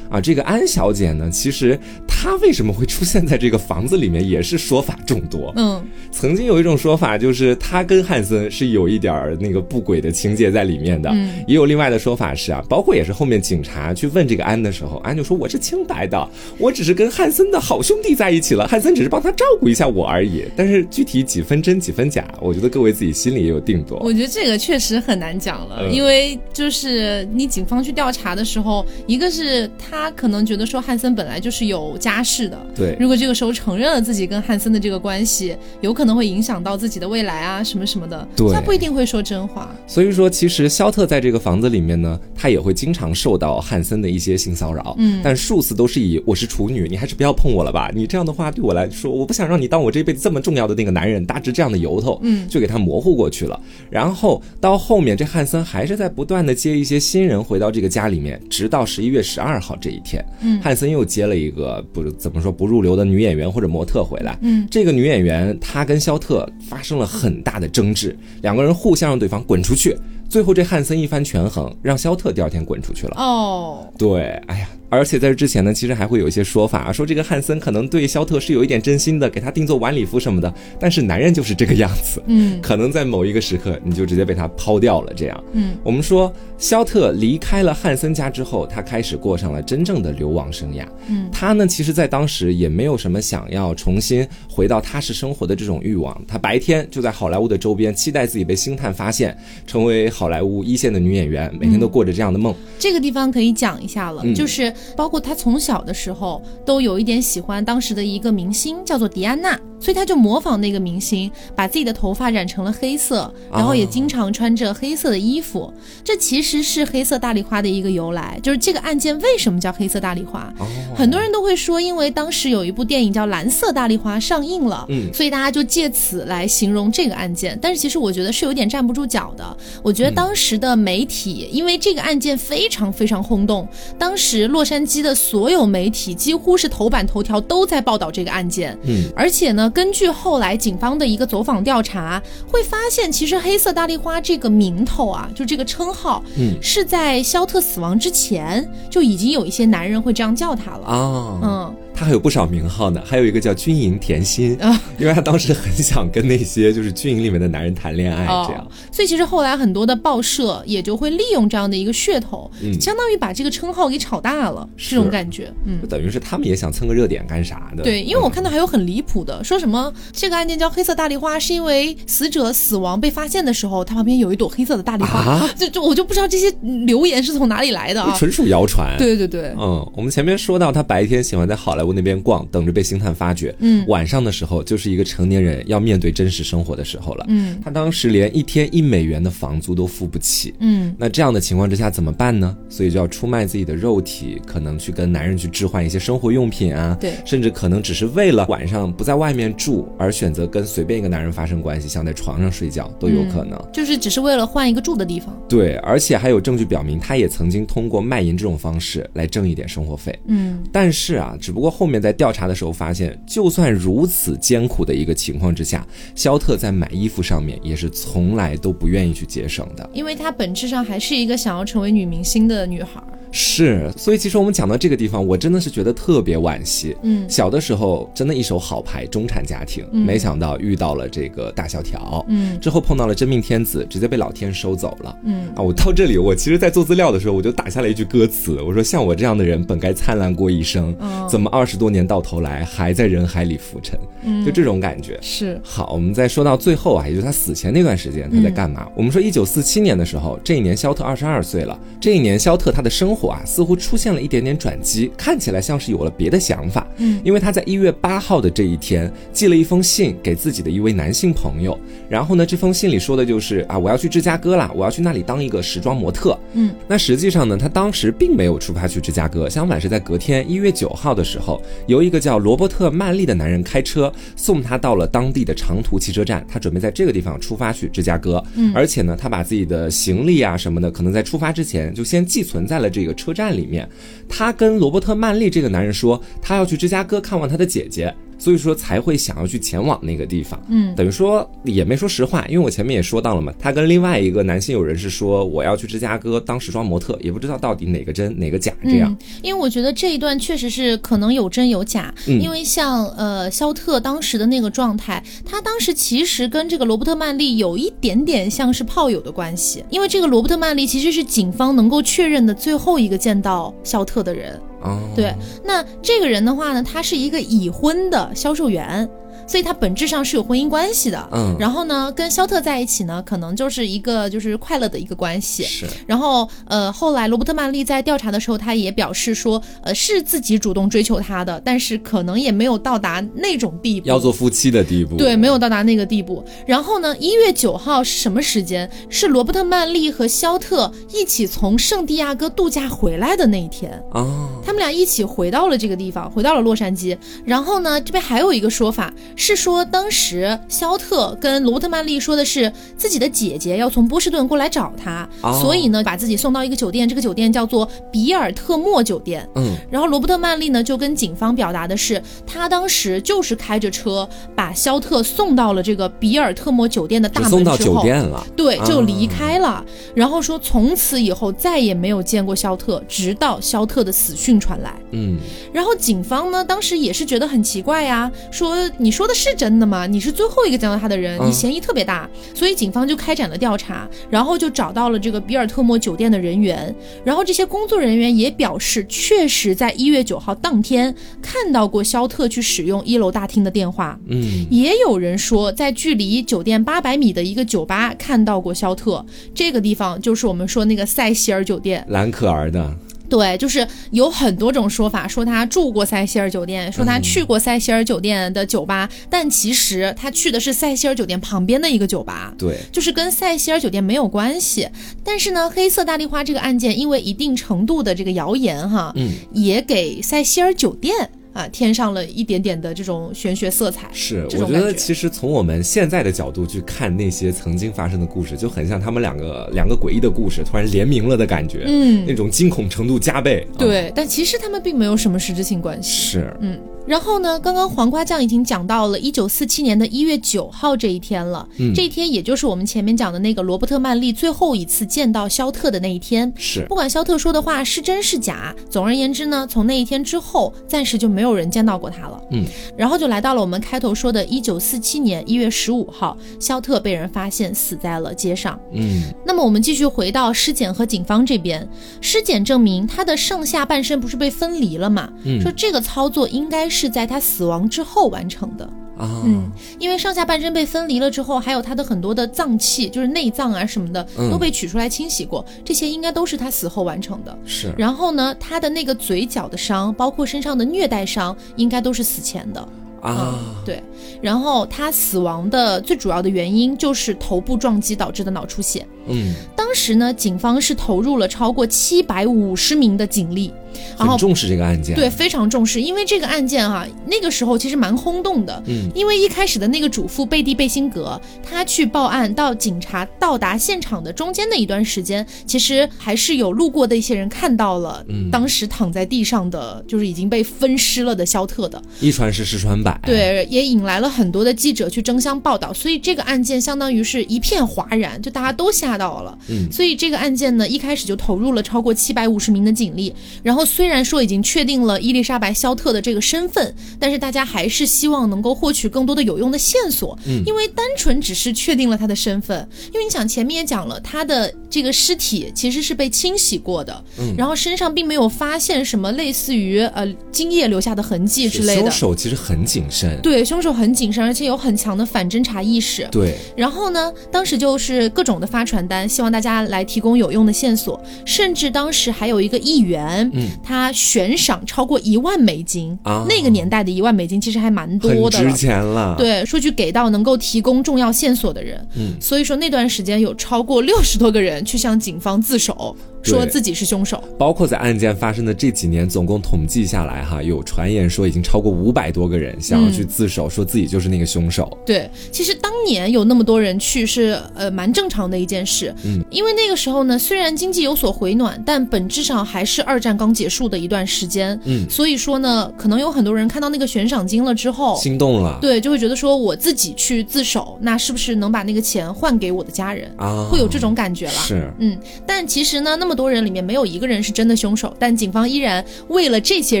B: 啊，这个安小姐呢，其实她为什么会出现在这个房子里面，也是说法众多。
A: 嗯，
B: 曾经有一种说法，就是她跟汉森是有一点儿那个不轨的情节在里面的。
A: 嗯
B: 也有另外的说法是啊，包括也是后面警察去问这个安的时候，安就说我是清白的，我只是跟汉森的好兄弟在一起了，汉森只是帮他照顾一下我而已。但是具体几分真几分假，我觉得各位自己心里也有定夺。
A: 我觉得这个确实很难讲了，
B: 嗯
A: 因为就是你警方去调查的时候，一个是他可能觉得说汉森本来就是有家室的，
B: 对
A: 如果这个时候承认了自己跟汉森的这个关系，有可能会影响到自己的未来啊，什么什么的，
B: 对
A: 他不一定会说真话。
B: 所以说，其实肖特在这个房子里面呢，他也会经常受到汉森的一些性骚扰，嗯，但数次都是以我是处女，你还是不要碰我了吧，你这样的话对我来说，我不想让你当我这辈子这么重要的那个男人，大致这样的由头，嗯，就给他模糊过去了。然后到后面，这汉森还是在不断的接一些新人回到这个家里面，直到十一月十二号这一天，嗯，汉森又接了一个不怎么说不入流的女演员或者模特回来，
A: 嗯，
B: 这个女演员她跟肖特发生了很大的争执，两个人互相让对方滚出去。最后这汉森一番权衡，让肖特第二天滚出去了。
A: 哦，
B: 对，哎呀，而且在这之前呢，其实还会有一些说法，啊说这个汉森可能对肖特是有一点真心的，给他定做晚礼服什么的。但是男人就是这个样子，
A: 嗯
B: 可能在某一个时刻你就直接被他抛掉了。这样，
A: 嗯，
B: 我们说肖特离开了汉森家之后，他开始过上了真正的流亡生涯。
A: 嗯，
B: 他呢，其实在当时也没有什么想要重新回到踏实生活的这种欲望。他白天就在好莱坞的周边，期待自己被星探发现，成为好莱坞一线的女演员，每天都过着这样的梦。
A: 这个地方可以讲一下了，
B: 嗯
A: 就是包括他从小的时候都有一点喜欢当时的一个明星，叫做迪安娜，所以他就模仿那个明星，把自己的头发染成了黑色，然后也经常穿着黑色的衣服。这其实是黑色大丽花的一个由来，就是这个案件为什么叫黑色大丽花？
B: 哦
A: 很多人都会说，因为当时有一部电影叫《蓝色大丽花》上映了，
B: 嗯
A: 所以大家就借此来形容这个案件。但是其实我觉得是有点站不住脚的。我觉得
B: 嗯
A: 当时的媒体，因为这个案件非常非常轰动，当时洛杉矶的所有媒体几乎是头版头条都在报道这个案件。
B: 嗯，
A: 而且呢，根据后来警方的一个走访调查，会发现其实“黑色大丽花”这个名头啊，就这个称号，
B: 嗯
A: 是在肖特死亡之前就已经有一些男人会这样叫他了。
B: 啊，
A: 嗯，
B: 他还有不少名号呢，还有一个叫军营甜心
A: 啊，
B: 因为他当时很想跟那些就是军营里面的男人谈恋爱，这样
A: 哦。所以其实后来很多的报社也就会利用这样的一个噱头，
B: 嗯
A: 相当于把这个称号给炒大了，这种感觉。嗯，
B: 就等于是他们也想蹭个热点干啥的。
A: 对，因为我
B: 嗯
A: 看到还有很离谱的，说什么这个案件叫黑色大丽花，是因为死者死亡被发现的时候，他旁边有一朵黑色的大丽花。
B: 啊，
A: 就就我就不知道这些留言是从哪里来的啊。
B: 嗯纯属谣传。
A: 对对对，
B: 嗯，我们前面说到，他白天喜欢在好莱坞那边逛，等着被星探发掘。
A: 嗯
B: 晚上的时候就是一个成年人要面对真实生活的时候了。
A: 嗯
B: 他当时连一天一美元的房租都付不起。
A: 嗯
B: 那这样的情况之下怎么办呢？所以就要出卖自己的肉体，可能去跟男人去置换一些生活用品啊，
A: 对
B: 甚至可能只是为了晚上不在外面住而选择跟随便一个男人发生关系，想在床上睡觉都有
A: 嗯
B: 可能。
A: 就是只是为了换一个住的地方。
B: 对，而且还有证据表明，他也曾经通过卖淫这种方式来挣一点生活费。
A: 嗯
B: 但是啊，只不过后面在调查的时候发现，就算如此艰苦的一个情况之下，肖特在买衣服上面也是从来都不愿意去节省的。
A: 因为她本质上还是一个想要成为女明星的女孩儿。
B: 是，所以其实我们讲到这个地方，我真的是觉得特别惋惜。
A: 嗯
B: 小的时候真的一手好牌，中产家庭，没想到遇到了这个大萧条，
A: 嗯
B: 之后碰到了真命天子，直接被老天收走了。
A: 嗯
B: 啊，我到这里，我其实，在做资料的时候，我就打下了一句歌词，我说像我这样的人，本该灿烂过一生，
A: 嗯，
B: 怎么二十多年到头来还在人海里浮沉？
A: 嗯
B: 就这种感觉。
A: 是
B: 好，我们再说到最后啊，也就是他死前
A: 嗯
B: 那段时间他在干嘛？我们说，一九四七年的时候，这一年肖特二十二岁了。这一年，肖特他的生活啊，似乎出现了一点点转机，看起来像是有了别的想法。
A: 嗯，
B: 因为他在一月八号的这一天寄了一封信给自己的一位男性朋友，然后呢，这封信里说的就是啊，我要去芝加哥啦，我要去那里当一个时装模特。
A: 嗯，
B: 那实际上呢，他当时并没有出发去芝加哥，相反是在隔天一月九号的时候，由一个叫罗伯特·曼利的男人开车送他到了当地的长途汽车站，他准备在这个地方出发去芝加哥。
A: 嗯
B: 而且呢，他把自己的行李啊什么的，可能在出发之前就先寄存在了这个车站里面。他跟罗伯特·曼利这个男人说，他要去芝加哥看望他的姐姐，所以说才会想要去前往那个地方。
A: 嗯
B: 等于说也没说实话，因为我前面也说到了嘛，他跟另外一个男性友人是说我要去芝加哥当时装模特，也不知道到底哪个真哪个假这样。
A: 嗯。因为我觉得这一段确实是可能有真有假，
B: 嗯
A: 因为像呃肖特当时的那个状态，他当时其实跟这个罗伯特曼利有一点点像是炮友的关系，因为这个罗伯特曼利其实是警方能够确认的最后一个见到肖特的人。
B: 哦，
A: 对，那这个人的话呢，他是一个已婚的销售员，所以他本质上是有婚姻关系的。
B: 嗯，
A: 然后呢，跟肖特在一起呢，可能就是一个就是快乐的一个关系。
B: 是，
A: 然后呃，后来罗伯特曼利在调查的时候，他也表示说，呃，是自己主动追求他的，但是可能也没有到达那种地步，
B: 要做夫妻的地步。
A: 对，没有到达那个地步。然后呢，一月九号是什么时间？是罗伯特曼利和肖特一起从圣地亚哥度假回来的那一天。
B: 啊，
A: 他们俩一起回到了这个地方，回到了洛杉矶。然后呢，这边还有一个说法是说，当时肖特跟罗伯特曼利说的是自己的姐姐要从波士顿过来找他，
B: 哦
A: 所以呢，把自己送到一个酒店，这个酒店叫做比尔特莫酒店。
B: 嗯，
A: 然后罗伯特曼利呢就跟警方表达的是，他当时就是开着车把肖特送到了这个比尔特莫酒店的大
B: 只
A: 门之后，
B: 送到酒店了。
A: 对，就离
B: 啊
A: 开了。然后说从此以后再也没有见过肖特，直到肖特的死讯传来。
B: 嗯，
A: 然后警方呢，当时也是觉得很奇怪呀、说你说的是真的吗？你是最后一个见到他的人，
B: 嗯
A: 你嫌疑特别大，所以警方就开展了调查，然后就找到了这个比尔特莫酒店的人员，然后这些工作人员也表示，确实在一月九号当天看到过肖特去使用一楼大厅的电话。
B: 嗯，
A: 也有人说，在距离酒店八百米的一个酒吧看到过肖特，这个地方就是我们说那个塞西尔酒店。
B: 蓝可儿的，
A: 对，就是有很多种说法，说他住过塞西尔酒店，说他去过塞西尔酒店的酒吧，但其实他去的是塞西尔酒店旁边的一个酒吧。
B: 对，
A: 就是跟塞西尔酒店没有关系，但是呢，黑色大丽花这个案件因为一定程度的这个谣言哈，
B: 嗯，
A: 也给塞西尔酒店啊添上了一点点的这种玄学色彩。
B: 是，
A: 这
B: 我
A: 种
B: 觉得
A: 感觉
B: 其实从我们现在的角度去看那些曾经发生的故事，就很像他们两个两个诡异的故事突然联名了的感觉，
A: 嗯
B: 那种惊恐程度加倍。啊，
A: 对，但其实他们并没有什么实质性关系。
B: 是，
A: 嗯，然后呢，刚刚黄瓜酱已经讲到了一九四七年的一月九号这一天了，
B: 嗯
A: 这一天也就是我们前面讲的那个罗伯特曼利最后一次见到肖特的那一天。
B: 是
A: 不管肖特说的话是真是假，总而言之呢，从那一天之后，暂时就没有人见到过他了。
B: 嗯，
A: 然后就来到了我们开头说的1947年1月15号，肖特被人发现死在了街上。
B: 嗯，
A: 那么我们继续回到尸检和警方这边，尸检证明他的上下半身不是被分离了嘛？
B: 嗯
A: 说这个操作应该是在他死亡之后完成的。
B: 啊，
A: 嗯，因为上下半身被分离了之后，还有他的很多的脏器，就是内脏啊什么的，
B: 嗯
A: 都被取出来清洗过，这些应该都是他死后完成的。
B: 是，
A: 然后呢，他的那个嘴角的伤，包括身上的虐待伤，应该都是死前的。
B: 啊，
A: 对，然后他死亡的最主要的原因就是头部撞击导致的脑出血。
B: 嗯，
A: 当时呢，警方是投入了超过七百五十名的警力，然
B: 很
A: 后
B: 重视这个案件，
A: 对，非常重视，因为这个案件哈、那个时候其实蛮轰动的。
B: 嗯
A: 因为一开始的那个主妇贝蒂贝辛格，她去报案到警察到达现场的中间的一段时间，其实还是有路过的一些人看到了
B: 嗯，
A: 当时躺在地上的就是已经被分尸了的肖特的。
B: 一传十，十传百，，
A: 对，也引来了很多的记者去争相报道，所以这个案件相当于是一片哗然，就大家都吓到了。
B: 嗯
A: 所以这个案件呢，一开始就投入了超过七百五十名的警力。然后虽然说已经确定了伊丽莎白·肖特的这个身份，但是大家还是希望能够获取更多的有用的线索，
B: 嗯
A: 因为单纯只是确定了他的身份，因为你想前面也讲了，他的这个尸体其实是被清洗过的，
B: 嗯
A: 然后身上并没有发现什么类似于呃精液留下的痕迹之类
B: 凶
A: 的。
B: 手其实很谨慎，
A: 对，凶手很谨慎，而且有很强的反侦查意识。
B: 对，
A: 然后呢，当时就是各种的发传传单，希望大家来提供有用的线索。甚至当时还有一个议员，
B: 嗯
A: 他悬赏超过一万美金
B: 啊
A: 那个年代的一万美金其实还蛮
B: 很啊
A: 多的
B: 值
A: 了。
B: 钱了。，
A: 对，说去给到能够提供重要线索的人。
B: 嗯，
A: 所以说那段时间有超过六十多个人去向警方自首，
B: 对
A: 说自己是凶手。
B: 包括在案件发生的这几年，总共统计下来哈，有传言说已经超过五百多个人想要去自
A: 嗯
B: 首，说自己就是那个凶手。
A: 对，其实当年有那么多人去是呃蛮正常的一件事，
B: 嗯，
A: 因为那个时候呢，虽然经济有所回暖，但本质上还是二战刚结束的一段时间，
B: 嗯
A: 所以说呢，可能有很多人看到那个悬赏金了之后。
B: 心动了，
A: 对，就会觉得说我自己去自首，那是不是能把那个钱换给我的家人？
B: 啊，
A: 会有这种感觉了。
B: 是
A: 嗯，但其实呢，那么多人里面没有一个人是真的凶手，但警方依然为了这些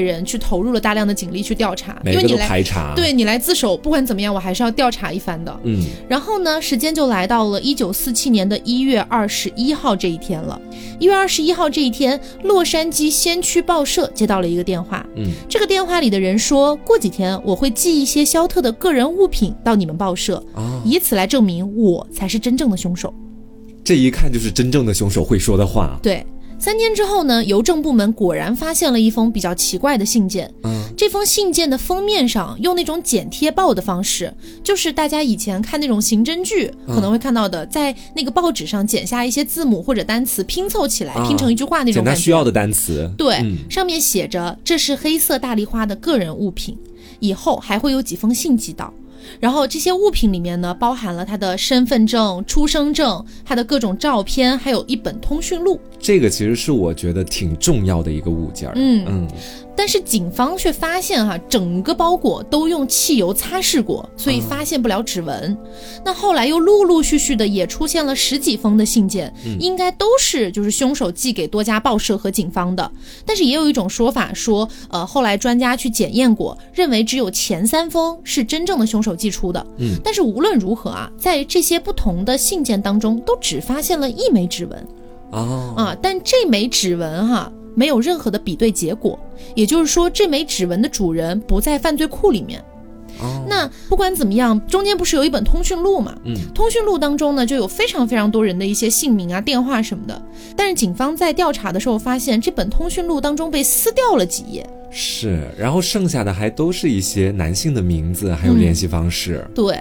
A: 人去投入了大量的警力去调查，因
B: 每
A: 为
B: 个
A: 你
B: 都
A: 来
B: 排查。，
A: 对你来自首，不管怎么样，我还是要调查一番的。
B: 嗯，
A: 然后呢，时间就来到了一九四七年的一月二十一号这一天了。一月二十一号这一天，洛杉矶先驱报社接到了一个电话，
B: 嗯，
A: 这个电话里的人说，过几天我会寄一些肖特的个人物品到你们报社，
B: 啊，
A: 以此来证明我才是真正的凶手。
B: 这一看就是真正的凶手会说的话。
A: 对，三天之后呢，邮政部门果然发现了一封比较奇怪的信件。
B: 嗯，
A: 这封信件的封面上用那种剪贴报的方式，就是大家以前看那种刑侦剧
B: 嗯
A: 可能会看到的，在那个报纸上剪下一些字母或者单词拼凑起来，
B: 啊
A: 拼成一句话那
B: 简
A: 种
B: 单
A: 感
B: 需
A: 觉。
B: 要的单词。
A: 对，
B: 嗯
A: 上面写着这是黑色大丽花的个人物品，以后还会有几封信寄到。然后这些物品里面呢，包含了他的身份证、出生证、他的各种照片，还有一本通讯录。
B: 这个其实是我觉得挺重要的一个物件儿。
A: 嗯
B: 嗯，
A: 但是警方却发现哈、整个包裹都用汽油擦拭过，所以发现不了指纹。那后来又陆陆续续的也出现了十几封的信件，应该都是就是凶手寄给多家报社和警方的。但是也有一种说法说，呃，后来专家去检验过，认为只有前三封是真正的凶手寄出的。
B: 嗯，
A: 但是无论如何啊，在这些不同的信件当中，都只发现了一枚指纹。
B: 哦，
A: 啊，但这枚指纹哈、没有任何的比对结果，也就是说这枚指纹的主人不在犯罪库里面。
B: 哦
A: 那不管怎么样，中间不是有一本通讯录嘛？
B: 嗯，
A: 通讯录当中呢，就有非常非常多人的一些姓名啊、电话什么的。但是警方在调查的时候发现，这本通讯录当中被撕掉了几页。
B: 是，然后剩下的还都是一些男性的名字，还有联系方式。
A: 对，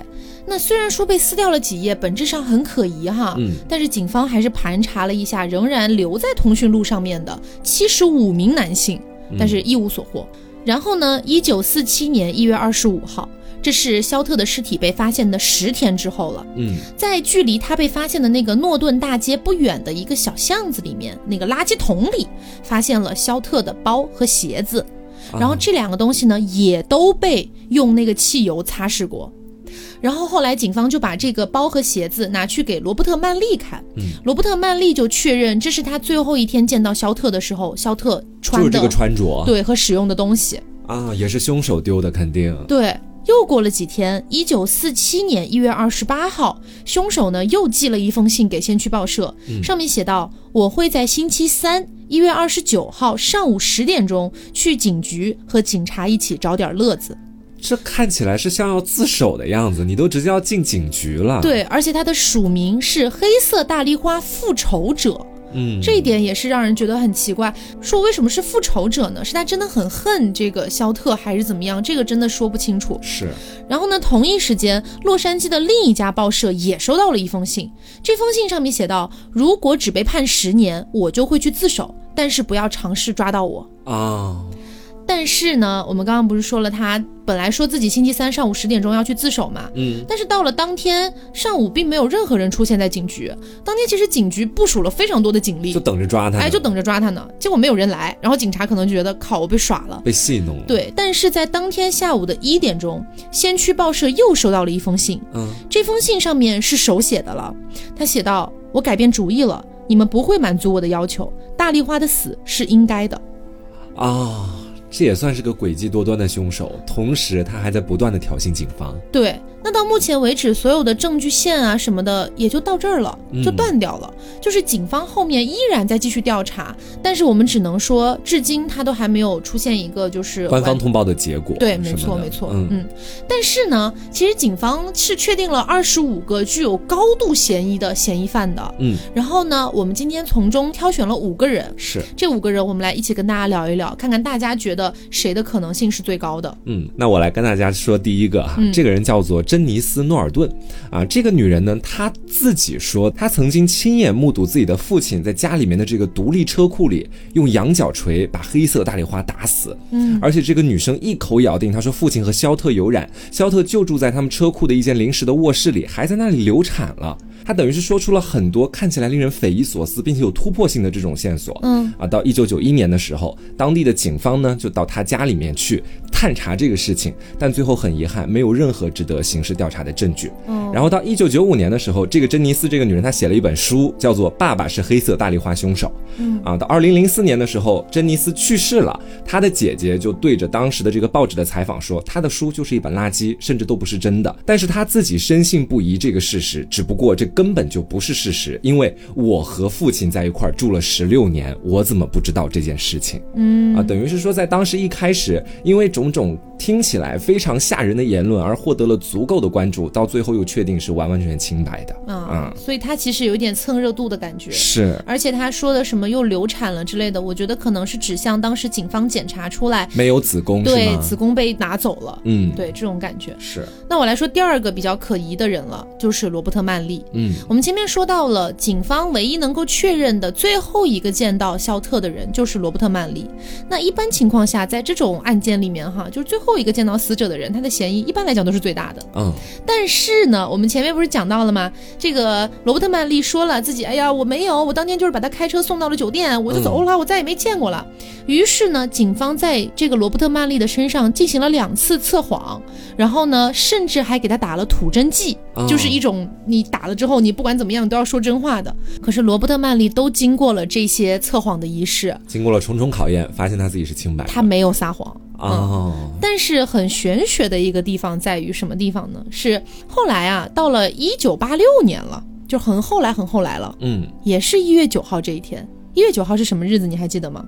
A: 那虽然说被撕掉了几页，本质上很可疑哈。
B: 嗯
A: 但是警方还是盘查了一下，仍然留在通讯录上面的七十五名男性，
B: 嗯
A: 但是一无所获。然后呢，一九四七年一月二十五号，这是肖特的尸体被发现的十天之后了。
B: 嗯，
A: 在距离他被发现的那个诺顿大街不远的一个小巷子里面，那个垃圾桶里发现了肖特的包和鞋子，
B: 啊
A: 然后这两个东西呢也都被用那个汽油擦拭过。然后后来警方就把这个包和鞋子拿去给罗伯特曼利看，
B: 嗯
A: 罗伯特曼利就确认这是他最后一天见到肖特的时候，肖特
B: 就
A: 穿
B: 是
A: 的
B: 这个穿着，
A: 对和使用的东西。
B: 啊，也是凶手丢的，肯定。
A: 对，又过了几天，一九四七年一月二十八号，凶手呢又寄了一封信给先驱报社，上面写道：“我会在星期三一月二十九号上午十点钟去警局和警察一起找点乐子。
B: 这看起来是像要自首的样子，你都直接要进警局了。，
A: 对，而且他的署名是“黑色大丽花复仇者”。
B: 嗯，
A: 这一点也是让人觉得很奇怪，说为什么是复仇者呢？是他真的很恨这个肖特，还是怎么样？这个真的说不清楚。
B: 是
A: 然后呢，同一时间，洛杉矶的另一家报社也收到了一封信。这封信上面写道：“如果只被判十年，我就会去自首，但是不要尝试抓到我。
B: 啊，”
A: 但是呢，我们刚刚不是说了，他本来说自己星期三上午十点钟要去自首嘛，
B: 嗯，
A: 但是到了当天上午，并没有任何人出现在警局。当天其实警局部署了非常多的警力
B: 嗯就，等着抓他呢，
A: 哎，就等着抓他呢。结果没有人来，然后警察可能就觉得靠，我被耍了。
B: 被戏弄了。，
A: 对，但是在当天下午的一点钟，先驱报社又收到了一封信，
B: 嗯，
A: 这封信上面是手写的了，他写道：“我改变主意了，你们不会满足我的要求。大丽花的死是应该的。
B: 啊，这也算是个诡计多端的凶手，同时他还在不断的挑衅警方。
A: 对，那到目前为止，所有的证据线啊什么的也就到这儿了，
B: 嗯
A: 就断掉了。就是警方后面依然在继续调查，但是我们只能说，至今他都还没有出现一个就是
B: 官方
A: 完
B: 通报的结果。
A: 对，没
B: 什么
A: 错，
B: 的
A: 没错，
B: 嗯，
A: 但是呢，其实警方是确定了二十五个具有高度嫌疑的嫌疑犯的。
B: 嗯，
A: 然后呢，我们今天从中挑选了五个人，
B: 是，
A: 这五个人我们来一起跟大家聊一聊，看看大家觉得谁的可能性是最高的。
B: 嗯，那我来跟大家说第一个啊，这个人叫做珍妮斯·诺尔顿啊，这个女人呢，她自己说，她曾经亲眼目睹自己的父亲在家里面的这个独立车库里用羊角锤把黑色大丽花打死，嗯，而且这个女生一口咬定，她说父亲和肖特有染，肖特就住在他们车库的一间临时的卧室里，还在那里流产了。她等于是说出了很多看起来令人匪夷所思，并且有突破性的这种线索。
A: 嗯，
B: 啊，到一九九一年的时候，当地的警方呢就到她家里面去探查这个事情，但最后很遗憾，没有任何值得刑事调查的证据。
A: 嗯
B: 然后到一九九五年的时候，这个珍妮斯这个女人她写了一本书，叫做《爸爸是黑色大丽花凶手》。
A: 嗯
B: 啊，到二零零四年的时候，珍妮斯去世了，她的姐姐就对着当时的这个报纸的采访说，她的书就是一本垃圾，甚至都不是真的。但是她自己深信不疑这个事实，只不过这根本就不是事实，因为我和父亲在一块儿住了十六年，我怎么不知道这件事情？
A: 嗯
B: 啊，等于是说，在当时一开始，因为种种听起来非常吓人的言论而获得了足够的关注，到最后又确定是完完全全清白的。
A: 啊，所以他其实有一点蹭热度的感觉。
B: 是，
A: 而且他说的什么又流产了之类的，我觉得可能是指向当时警方检查出来，
B: 没有子宫是
A: 对
B: 吗？
A: 子宫被拿走了，
B: 嗯，，
A: 对这种感觉。
B: 是，
A: 那我来说第二个比较可疑的人了，就是罗伯特曼利。
B: 嗯，
A: 我们前面说到了，警方唯一能够确认的最后一个见到肖特的人就是罗伯特曼利。那一般情况下，在这种案件里面，哈，就是最后一个见到死者的人，他的嫌疑一般来讲都是最大的。
B: 嗯，
A: 但是呢，我们前面不是讲到了吗？这个罗伯特曼利说了自己，哎呀，我没有，我当天就是把他开车送到了酒店，我就走了，我再也没见过了。于是呢，警方在这个罗伯特曼利的身上进行了两次测谎，然后呢，甚至还给他打了吐真剂，
B: 哦
A: 就是一种你打了之后，你不管怎么样，你都要说真话的。可是罗伯特曼利都经过了这些测谎的仪式，
B: 经过了重重考验，发现他自己是清白的。
A: 他没有撒谎。嗯
B: 哦，
A: 但是很玄学的一个地方在于什么地方呢？是后来啊，到了一九八六年了，就很后来很后来了，
B: 嗯，
A: 也是一月九号这一天。一月九号是什么日子？你还记得吗？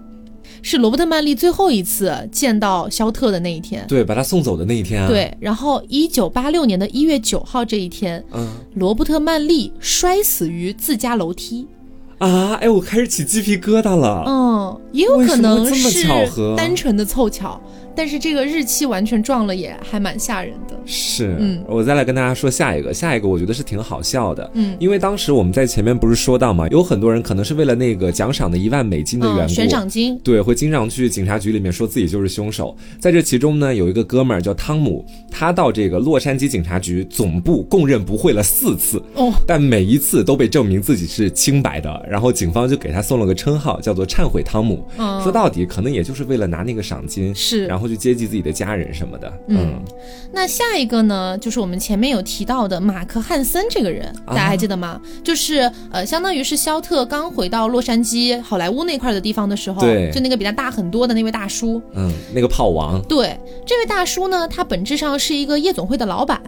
A: 是罗伯特曼利最后一次见到肖特的那一天。
B: 对，把他送走的那一天啊，，
A: 对，然后一九八六年的一月九号这一天，
B: 嗯
A: 罗伯特曼利摔死于自家楼梯。
B: 啊，哎，我开始起鸡皮疙瘩了。
A: 嗯，也有可能
B: 啊为什么会
A: 是
B: 这么巧合
A: 单纯的凑巧，但是这个日期完全撞了，也还蛮吓人的。
B: 是，
A: 嗯
B: 我再来跟大家说下一个，下一个我觉得是挺好笑的，
A: 嗯
B: 因为当时我们在前面不是说到嘛，有很多人可能是为了那个奖赏的一万美金的缘
A: 嗯，
B: 故，
A: 悬赏金，
B: 对，会经常去警察局里面说自己就是凶手。在这其中呢，有一个哥们儿叫汤姆，他到这个洛杉矶警察局总部供认不讳了四次，
A: 哦，
B: 但每一次都被证明自己是清白的。然后警方就给他送了个称号，叫做“忏悔汤姆”
A: 嗯
B: 说到底，可能也就是为了拿那个赏金，
A: 是
B: 然后去接济自己的家人什么的。
A: 嗯那下一个呢，就是我们前面有提到的马克汉森这个人，大家还记得吗？就是呃，相当于是肖特刚回到洛杉矶好莱坞那块儿的地方的时候，
B: 对
A: 就那个比他大很多的那位大叔。
B: 嗯，那个炮王，
A: 对，这位大叔呢，他本质上是一个夜总会的老板，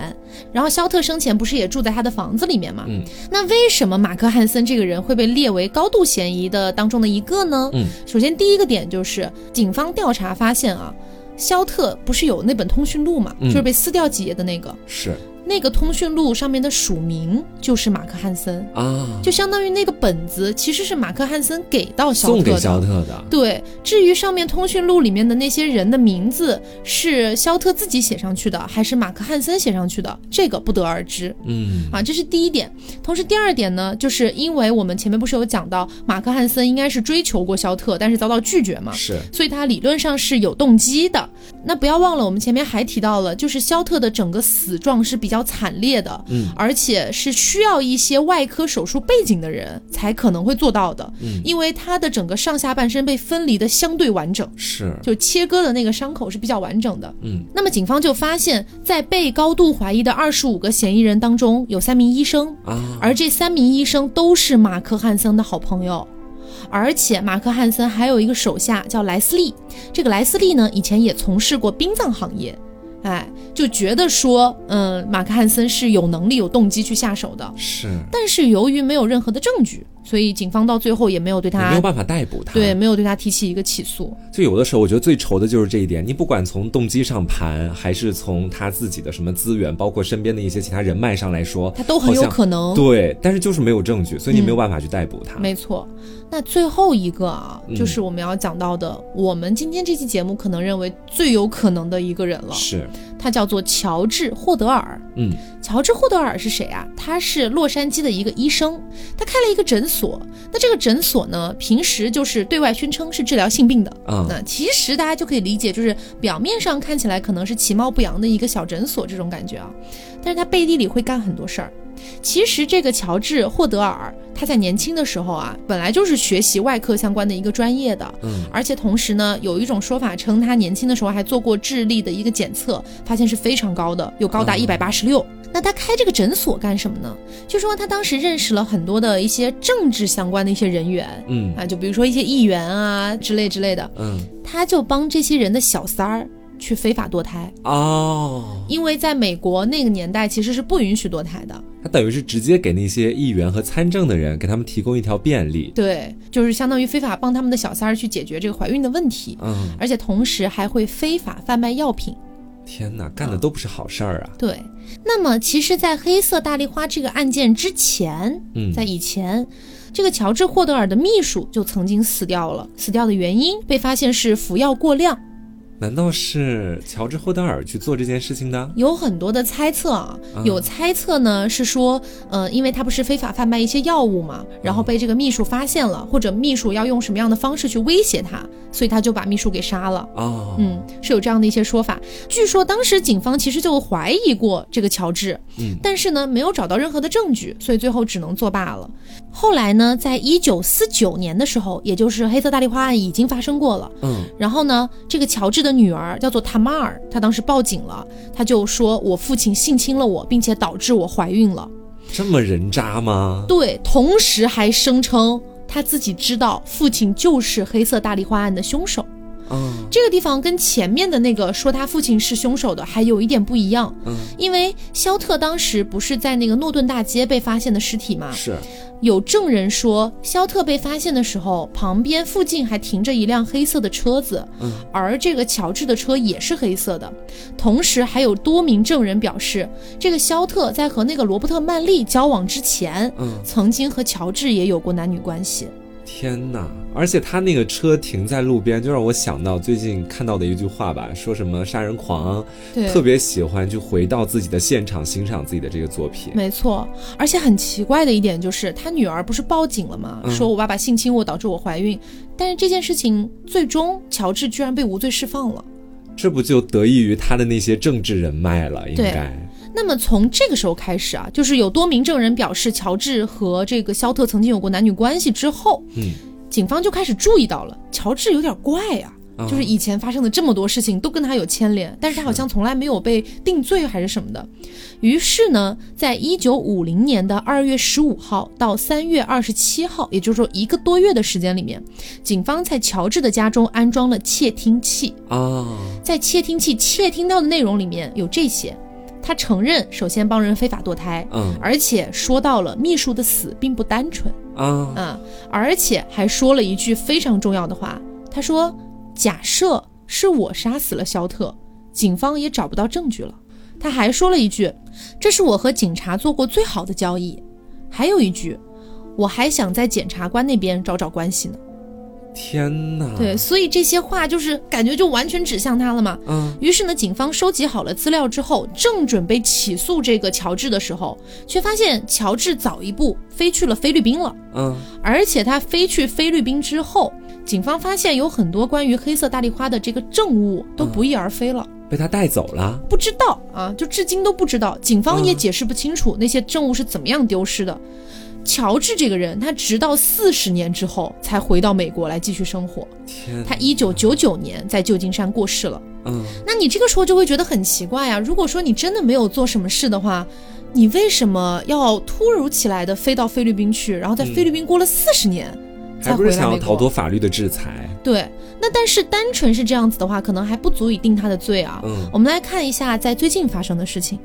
A: 然后肖特生前不是也住在他的房子里面嘛？
B: 嗯，
A: 那为什么马克汉森这个人会被列为高度嫌疑的当中的一个呢？
B: 嗯，
A: 首先第一个点就是警方调查发现啊，肖特不是有那本通讯录嘛，
B: 嗯
A: 就是被撕掉几页的那个，
B: 是
A: 那个通讯录上面的署名就是马克汉森，
B: 啊，
A: 就相当于那个本子其实是马克汉森给到肖
B: 送
A: 特
B: 给
A: 的。
B: 肖特的。
A: 对，至于上面通讯录里面的那些人的名字是肖特自己写上去的，还是马克汉森写上去的，这个不得而知
B: 嗯，
A: 啊。这是第一点。同时，第二点呢，就是因为我们前面不是有讲到，马克汉森应该是追求过肖特，但是遭到拒绝嘛。
B: 是
A: 所以他理论上是有动机的。那不要忘了，我们前面还提到了，就是肖特的整个死状是比较惨烈的，
B: 嗯，
A: 而且是需要一些外科手术背景的人才可能会做到的，
B: 嗯
A: 因为他的整个上下半身被分离的相对完整。
B: 是，
A: 就切割的那个伤口是比较完整的。
B: 嗯，
A: 那么警方就发现，在被高度怀疑的二十五个嫌疑人当中，有三名医生
B: 啊，
A: 而这三名医生都是马克汉森的好朋友。而且马克汉森还有一个手下叫莱斯利，这个莱斯利呢，以前也从事过殡葬行业。哎，就觉得说，嗯，马克汉森是有能力、有动机去下手的。
B: 是，
A: 但是由于没有任何的证据，所以警方到最后也没有对
B: 你没有
A: 他
B: 办法逮捕他。
A: 对没有对他提起一个起诉。
B: 就有的时候，我觉得最愁的就是这一点。你不管从动机上盘，还是从他自己的什么资源，包括身边的一些其他人脉上来说，
A: 他都很有
B: 好像
A: 可能。
B: 对，但是就是没有证据，所以你没有办法去逮捕他。
A: 哦没错，那最后一个啊，
B: 嗯
A: 就是我们要讲到的，我们今天这期节目可能认为最有可能的一个人了，
B: 是，
A: 他叫做乔治·霍德尔。
B: 嗯，
A: 乔治·霍德尔是谁啊？他是洛杉矶的一个医生，他开了一个诊所。那这个诊所呢，平时就是对外宣称是治疗性病的。
B: 啊、
A: 那其实大家就可以理解，就是表面上看起来可能是其貌不扬的一个小诊所这种感觉啊，但是他背地里会干很多事儿。其实这个乔治·霍德尔，他在年轻的时候啊，本来就是学习外科相关的一个专业的，
B: 嗯，
A: 而且同时呢，有一种说法称他年轻的时候还做过智力的一个检测，发现是非常高的，有高达一百八十六。那他开这个诊所干什么呢？据说他当时认识了很多的一些政治相关的一些人员
B: 嗯
A: 啊，就比如说一些议员啊之类之类的，
B: 嗯，
A: 他就帮这些人的小三儿去非法堕胎，
B: 哦，
A: 因为在美国那个年代其实是不允许堕胎的。
B: 他等于是直接给那些议员和参政的人，给他们提供一条便利。
A: 对，就是相当于非法帮他们的小三儿去解决这个怀孕的问题，
B: 嗯，
A: 而且同时还会非法贩卖药品。
B: 天哪，干的都不是好事儿啊。
A: 对，那么其实，在黑色大丽花这个案件之前，
B: 嗯
A: 在以前，这个乔治·霍德尔的秘书就曾经死掉了。死掉的原因被发现是服药过量，
B: 难道是乔治·霍德尔去做这件事情的？
A: 有很多的猜测啊
B: 啊。
A: 有猜测呢是说，呃，因为他不是非法贩卖一些药物嘛，
B: 嗯
A: 然后被这个秘书发现了，或者秘书要用什么样的方式去威胁他，所以他就把秘书给杀了。
B: 哦，
A: 嗯，是有这样的一些说法。据说当时警方其实就怀疑过这个乔治，
B: 嗯
A: 但是呢没有找到任何的证据，所以最后只能作罢了。后来呢，在一九四九年的时候，也就是黑色大丽花案已经发生过了。
B: 嗯
A: 然后呢，这个乔治的女儿叫做塔马尔，她当时报警了，她就说我父亲性侵了我，并且导致我怀孕了。
B: 这么人渣吗？
A: 对，同时还声称她自己知道父亲就是黑色大丽花案的凶手。
B: 嗯
A: 这个地方跟前面的那个说他父亲是凶手的还有一点不一样，
B: 嗯，
A: 因为肖特当时不是在那个诺顿大街被发现的尸体嘛？
B: 是，
A: 有证人说，肖特被发现的时候，旁边附近还停着一辆黑色的车子，
B: 嗯
A: 而这个乔治的车也是黑色的。同时，还有多名证人表示，这个肖特在和那个罗伯特·曼利交往之前，
B: 嗯，
A: 曾经和乔治也有过男女关系。
B: 天哪！而且他那个车停在路边，就让我想到最近看到的一句话吧，说什么杀人狂，
A: 对，
B: 特别喜欢去回到自己的现场欣赏自己的这个作品。
A: 没错，而且很奇怪的一点就是，他女儿不是报警了吗？
B: 嗯
A: 说我爸爸性侵我，导致我怀孕。但是这件事情最终，乔治居然被无罪释放了。
B: 这不就得益于他的那些政治人脉了？应
A: 对
B: 该，
A: 那么从这个时候开始啊，就是有多名证人表示乔治和这个肖特曾经有过男女关系之后，
B: 嗯，
A: 警方就开始注意到了乔治有点怪呀、
B: 啊
A: 就是以前发生的这么多事情都跟他有牵连，但是他好像从来没有被定罪还是什么的。于是呢，在一九五零年的二月十五号到三月二十七号，也就是说一个多月的时间里面，警方在乔治的家中安装了窃听器。
B: 啊，
A: 在窃听器窃听到的内容里面有这些：他承认首先帮人非法堕胎，
B: 嗯
A: 而且说到了秘书的死并不单纯。
B: 啊，
A: 嗯，而且还说了一句非常重要的话，他说：“假设是我杀死了肖特，警方也找不到证据了。”他还说了一句：“这是我和警察做过最好的交易。”还有一句：“我还想在检察官那边找找关系呢。
B: 天哪！
A: 对，，所以这些话就是感觉就完全指向他了嘛。
B: 嗯
A: 于是呢，警方收集好了资料之后，正准备起诉这个乔治的时候，却发现乔治早一步飞去了菲律宾了。
B: 嗯
A: 而且他飞去菲律宾之后，警方发现有很多关于黑色大丽花的这个证物都不翼而飞了，
B: 被他带走了。
A: 不知道啊，就至今都不知道，警方也解释不清楚那些证物是怎么样丢失的。乔治这个人，他直到四十年之后才回到美国来继续生活。
B: 天，
A: 他一九九九年在旧金山过世了。
B: 嗯，
A: 那你这个时候就会觉得很奇怪啊！如果说你真的没有做什么事的话，你为什么要突如其来的飞到菲律宾去，然后在菲律宾过了四十年？才
B: 嗯还
A: 回
B: 不
A: 来
B: 是想要
A: 美国
B: 逃脱法律的制裁？
A: 对，那但是单纯是这样子的话，可能还不足以定他的罪啊。
B: 嗯
A: 我们来看一下在最近发生的事情。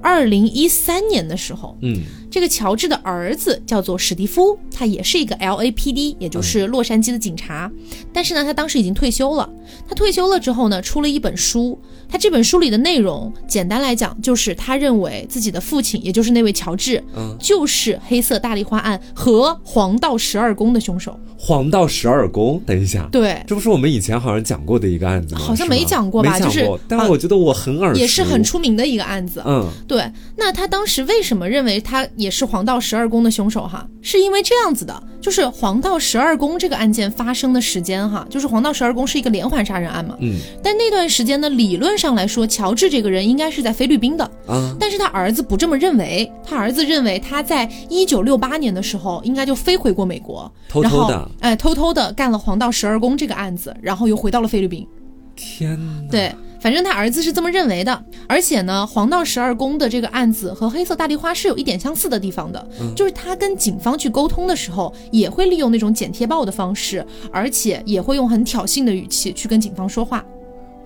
A: 二零一三年的时候，
B: 嗯
A: 这个乔治的儿子叫做史蒂夫，他也是一个 LAPD，也就是洛杉矶的警察。但是呢，他当时已经退休了。他退休了之后呢，出了一本书。他这本书里的内容，简单来讲，就是他认为自己的父亲，也就是那位乔治，
B: 嗯，
A: 就是黑色大丽花案和黄道十二宫的凶手。
B: 黄道十二宫，等一下，
A: 对，
B: 这不是我们以前好像讲过的一个案子吗？
A: 好像
B: 是吗
A: 没讲过吧
B: 没讲
A: 就是啊
B: 过但我觉得我很耳熟，
A: 也是很出名的一个案子。啊
B: 嗯
A: 对，那他当时为什么认为他也是黄道十二宫的凶手哈？是因为这样子的，就是黄道十二宫这个案件发生的时间哈，就是黄道十二宫是一个连环杀人案嘛。
B: 嗯
A: 但那段时间呢，理论上来说，乔治这个人应该是在菲律宾的，
B: 啊
A: 但是他儿子不这么认为，他儿子认为他在一九六八年的时候应该就飞回过美国，
B: 偷
A: 然
B: 偷
A: 后
B: 的
A: 哎，偷偷的干了黄道十二宫这个案子，然后又回到了菲律宾。
B: 天哪，
A: 对，反正他儿子是这么认为的。而且呢，黄道十二宫的这个案子和黑色大丽花是有一点相似的地方的，就是他跟警方去沟通的时候，也会利用那种剪贴报的方式，而且也会用很挑衅的语气去跟警方说话。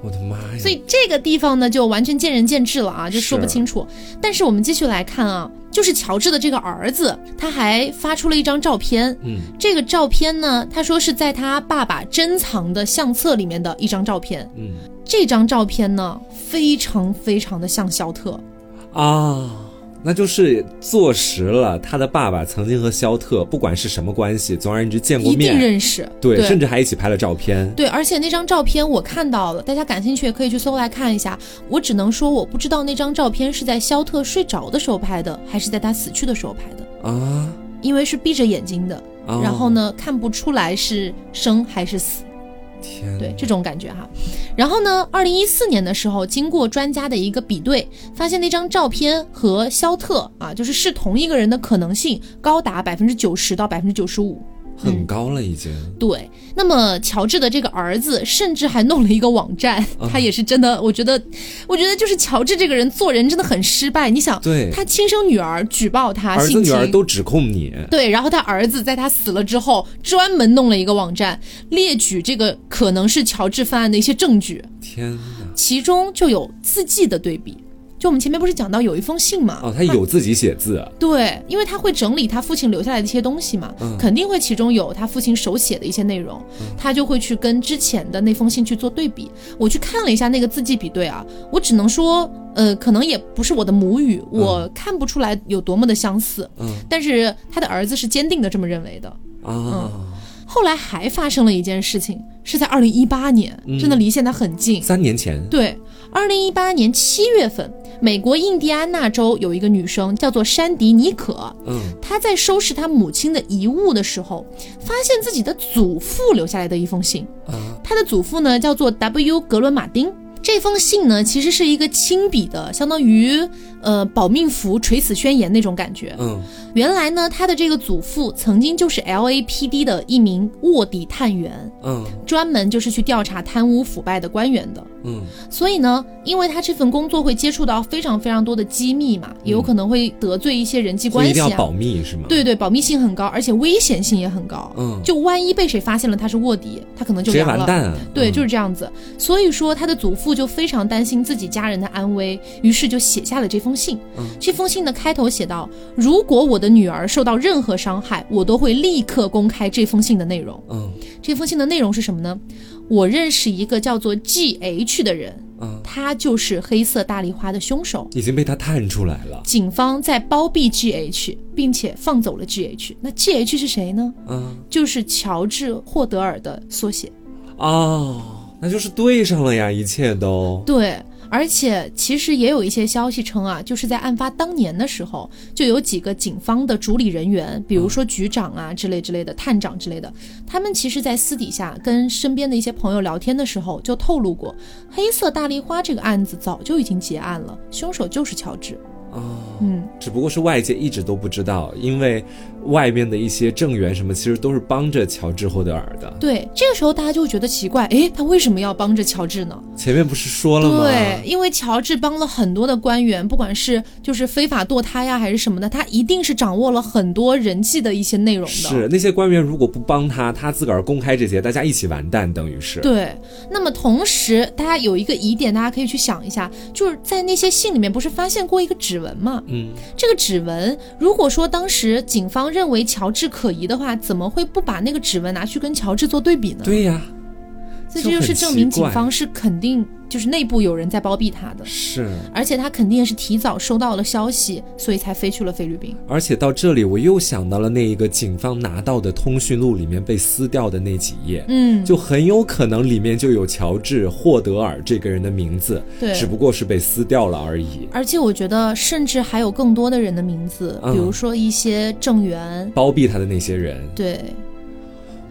B: 我的妈呀！
A: 所以这个地方呢，就完全见仁见智了啊，就说不
B: 嗯是
A: 清楚。但是我们继续来看啊，就是乔治的这个儿子，他还发出了一张照片。
B: 嗯，
A: 这个照片呢，他说是在他爸爸珍藏的相册里面的一张照片。
B: 嗯
A: 这张照片呢，非常非常的像肖特。
B: 啊。那就是坐实了他的爸爸曾经和肖特不管是什么关系，总而言之见过
A: 一定
B: 面，
A: 认识，
B: 对，
A: 对
B: 甚至还一起拍了照片。
A: 对，而且那张照片我看到了，大家感兴趣也可以去搜来看一下。我只能说，我不知道那张照片是在肖特睡着的时候拍的，还是在他死去的时候拍的，
B: 啊，
A: 因为是闭着眼睛的，
B: 哦
A: 然后？呢看不出来是生还是死。
B: 天，
A: 对，这种感觉哈。然后呢，二零一四年的时候，经过专家的一个比对，发现那张照片和肖特啊，就是是同一个人的可能性高达百分之九十到百分之九十五。
B: 很高了已经。
A: 对，那么乔治的这个儿子甚至还弄了一个网站，
B: 啊
A: 他也是真的，我觉得，我觉得就是乔治这个人做人真的很失败。你想，
B: 对
A: 他亲生女儿举报他
B: 儿子
A: 性
B: 女
A: 侵，
B: 儿都指控你，
A: 对，然后他儿子在他死了之后，专门弄了一个网站，列举这个可能是乔治犯案的一些证据。
B: 天哪！
A: 其中就有字迹的对比。就我们前面不是讲到有一封信嘛？
B: 哦，他有自己写字，
A: 对，因为他会整理他父亲留下来的一些东西嘛，
B: 嗯
A: 肯定会其中有他父亲手写的一些内容，他就会去跟之前的那封信去做对比。我去看了一下那个字迹比对啊，我只能说，呃，可能也不是我的母语，我看不出来有多么的相似，
B: 嗯
A: 但是他的儿子是坚定的这么认为的。
B: 啊，
A: 后来还发生了一件事情，是在二零一八年，
B: 嗯
A: 真的离现在很近，
B: 三年前，
A: 对，二零一八年七月份，美国印第安纳州有一个女生叫做山迪尼可，
B: 嗯
A: 她在收拾她母亲的遗物的时候，发现自己的祖父留下来的一封信。
B: 啊，
A: 她的祖父呢叫做 W 格伦马丁。这封信呢，其实是一个亲笔的，相当于呃保命符、垂死宣言那种感觉。
B: 嗯
A: 原来呢，她的这个祖父曾经就是 LAPD 的一名卧底探员，
B: 嗯
A: 专门就是去调查贪污腐败的官员的。
B: 嗯
A: 所以呢，因为他这份工作会接触到非常非常多的机密嘛，也有可能会得罪一些人际
B: 嗯所
A: 关
B: 以
A: 系
B: 一定
A: 啊。
B: 要保密是吗？，
A: 对对，保密性很高，而且危险性也很高。
B: 嗯，
A: 就万一被谁发现了他是卧底，他可能
B: 直
A: 就
B: 接
A: 凉
B: 完
A: 了。
B: 蛋啊！
A: 对，就是是这样子。所以说，他的祖父就非常担心自己家人的安危，于是就写下了这封信。
B: 嗯
A: 这封信的开头写道：“如果我的女儿受到任何伤害，我都会立刻公开这封信的内容。
B: 嗯”
A: 这封信的内容是什么呢？我认识一个叫做 G H 的人，
B: 嗯，
A: 他就是黑色大丽花的凶手。
B: 已经被他探出来了，
A: 警方在包庇 GH，并且放走了 GH。那 GH 是谁呢？
B: 嗯
A: 就是乔治·霍德尔的缩写。
B: 哦，那就是对上了呀，一切都
A: 对，而且其实也有一些消息称啊，就是在案发当年的时候，就有几个警方的主理人员，比如说局长啊之类之类的、探长之类的，他们其实在私底下跟身边的一些朋友聊天的时候，就透露过，黑色大丽花这个案子早就已经结案了，凶手就是乔治。嗯，
B: 只不过是外界一直都不知道，因为外面的一些政员什么，其实都是帮着乔治·霍德尔的。
A: 对，这个时候大家就觉得奇怪，诶，他为什么要帮着乔治呢？
B: 前面不是说了吗？
A: 对，因为乔治帮了很多的官员，不管是就是非法堕胎啊呀、还是什么的，他一定是掌握了很多人际的一些内容的。
B: 是那些官员如果不帮他，他自个儿公开这些，大家一起完蛋，等于是。
A: 对，那么同时，大家有一个疑点，大家可以去想一下，就是在那些信里面不是发现过一个指纹吗？
B: 嗯，
A: 这个指纹，如果说当时警方认为乔治可疑的话，怎么会不把那个指纹拿去跟乔治做对比呢？
B: 对呀，
A: 所以这
B: 就
A: 就是
B: 很
A: 证明
B: 奇怪
A: 警方是肯定就是内部有人在包庇他的，
B: 是。
A: 而且他肯定也是提早收到了消息，所以才飞去了菲律宾。
B: 而且到这里，我又想到了那一个警方拿到的通讯录里面被撕掉的那几页，
A: 嗯，
B: 就很有可能里面就有乔治·霍德尔这个人的名字，
A: 对
B: 只不过是被撕掉了而已。
A: 而且我觉得，甚至还有更多的人的名字，
B: 嗯
A: 比如说一些政员，
B: 包庇他的那些人，
A: 对，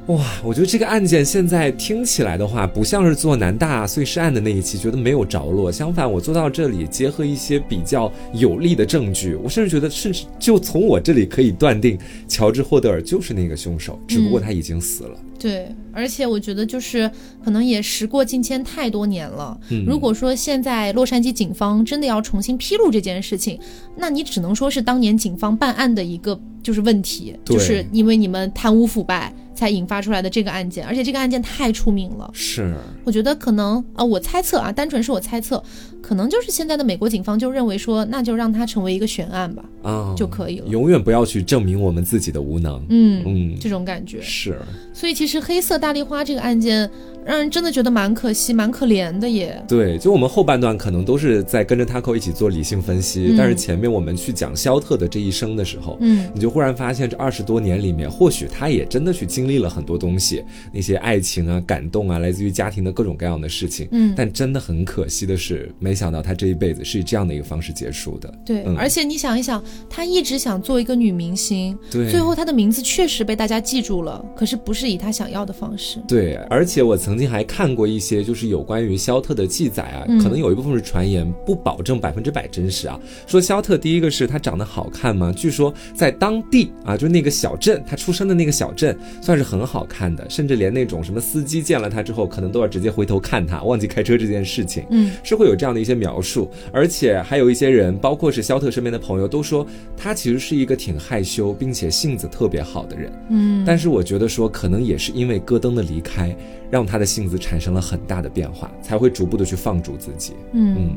B: 哇，我觉得这个案件现在听起来的话，不像是做南大碎尸案的那一期，觉得没有着落。相反，我做到这里，结合一些比较有力的证据，我甚至觉得，甚至就从我这里可以断定，乔治·霍德尔就是那个凶手，只不
A: 嗯
B: 过他已经死了。
A: 对，而且我觉得就是可能也时过境迁太多年了。
B: 嗯
A: 如果说现在洛杉矶警方真的要重新披露这件事情，那你只能说是当年警方办案的一个就是问题，
B: 对
A: 就是因为你们贪污腐败才引发出来的这个案件，而且这个案件太出名了。
B: 是，
A: 我觉得可能啊、我猜测啊，单纯是我猜测，可能就是现在的美国警方就认为说，那就让它成为一个悬案吧，
B: 啊、
A: 就可以了。
B: 永远不要去证明我们自己的无能。
A: 嗯
B: 嗯，
A: 这种感觉，
B: 是。
A: 所以其实黑色大丽花这个案件，让人真的觉得蛮可惜、蛮可怜的耶。
B: 对，就我们后半段可能都是在跟着 Taco 一起做理性分析，
A: 嗯
B: 但是前面我们去讲肖特的这一生的时候，
A: 嗯，
B: 你就忽然发现，这二十多年里面，或许他也真的去经历了很多东西，那些爱情啊、感动啊，来自于家庭的各种各样的事情。
A: 嗯
B: 但真的很可惜的是，没想到他这一辈子是以这样的一个方式结束的。
A: 对，
B: 嗯
A: 而且你想一想，她一直想做一个女明星，
B: 对，
A: 最后她的名字确实被大家记住了，可是不是以她想要的方式。
B: 对，而且我曾经还看过一些就是有关于肖特的记载啊，
A: 嗯
B: 可能有一部分是传言，不保证百分之百真实啊。说肖特第一个是他长得好看吗？据说在当地啊，就那个小镇，他出生的那个小镇算是很好看的，甚至连那种什么司机见了他之后，可能都要直接回头看他，忘记开车这件事情。
A: 嗯，
B: 是会有这样的一些描述，而且还有一些人，包括是肖特身边的朋友，都说他其实是一个挺害羞，并且性子特别好的人。
A: 嗯，
B: 但是我觉得说，可能也是因为戈登的离开，让他的性子产生了很大的变化，才会逐步的去放逐自己。
A: 嗯，
B: 嗯，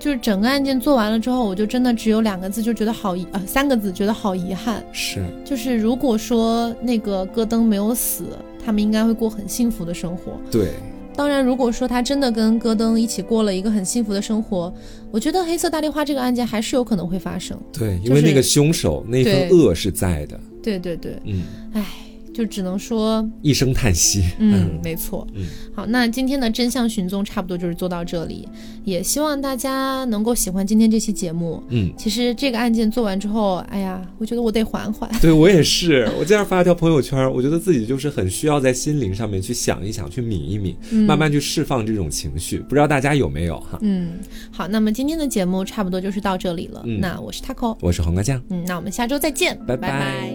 A: 就是整个案件做完了之后，我就真的只有两个字，就觉得好遗，呃，三个字，觉得好遗憾。
B: 是
A: 就是如果说那个戈登没有死，他们应该会过很幸福的生活。
B: 对，
A: 当然，如果说他真的跟戈登一起过了一个很幸福的生活，我觉得黑色大丽花这个案件还是有可能会发生。
B: 对，因
A: 就
B: 为
A: 是
B: 那个凶手那份
A: 对
B: 恶是在的，
A: 对对对，
B: 嗯，
A: 唉，就只能说，
B: 一声叹息，
A: 嗯，没错。
B: 嗯
A: 好，那今天的真相寻踪差不多就是做到这里，也希望大家能够喜欢今天这期节目。
B: 嗯，
A: 其实这个案件做完之后，哎呀，我觉得我得缓缓。
B: 对我也是，我今天发了条朋友圈，我觉得自己就是很需要在心灵上面去想一想，去抿一抿，慢慢去释放这种情绪。不知道大家有没有哈？
A: 嗯，好，那么今天的节目差不多就是到这里了。
B: 嗯
A: 那我是 Taco，
B: 我是黄瓜酱。
A: 嗯，那我们下周再见，
B: 拜
A: 拜
B: 拜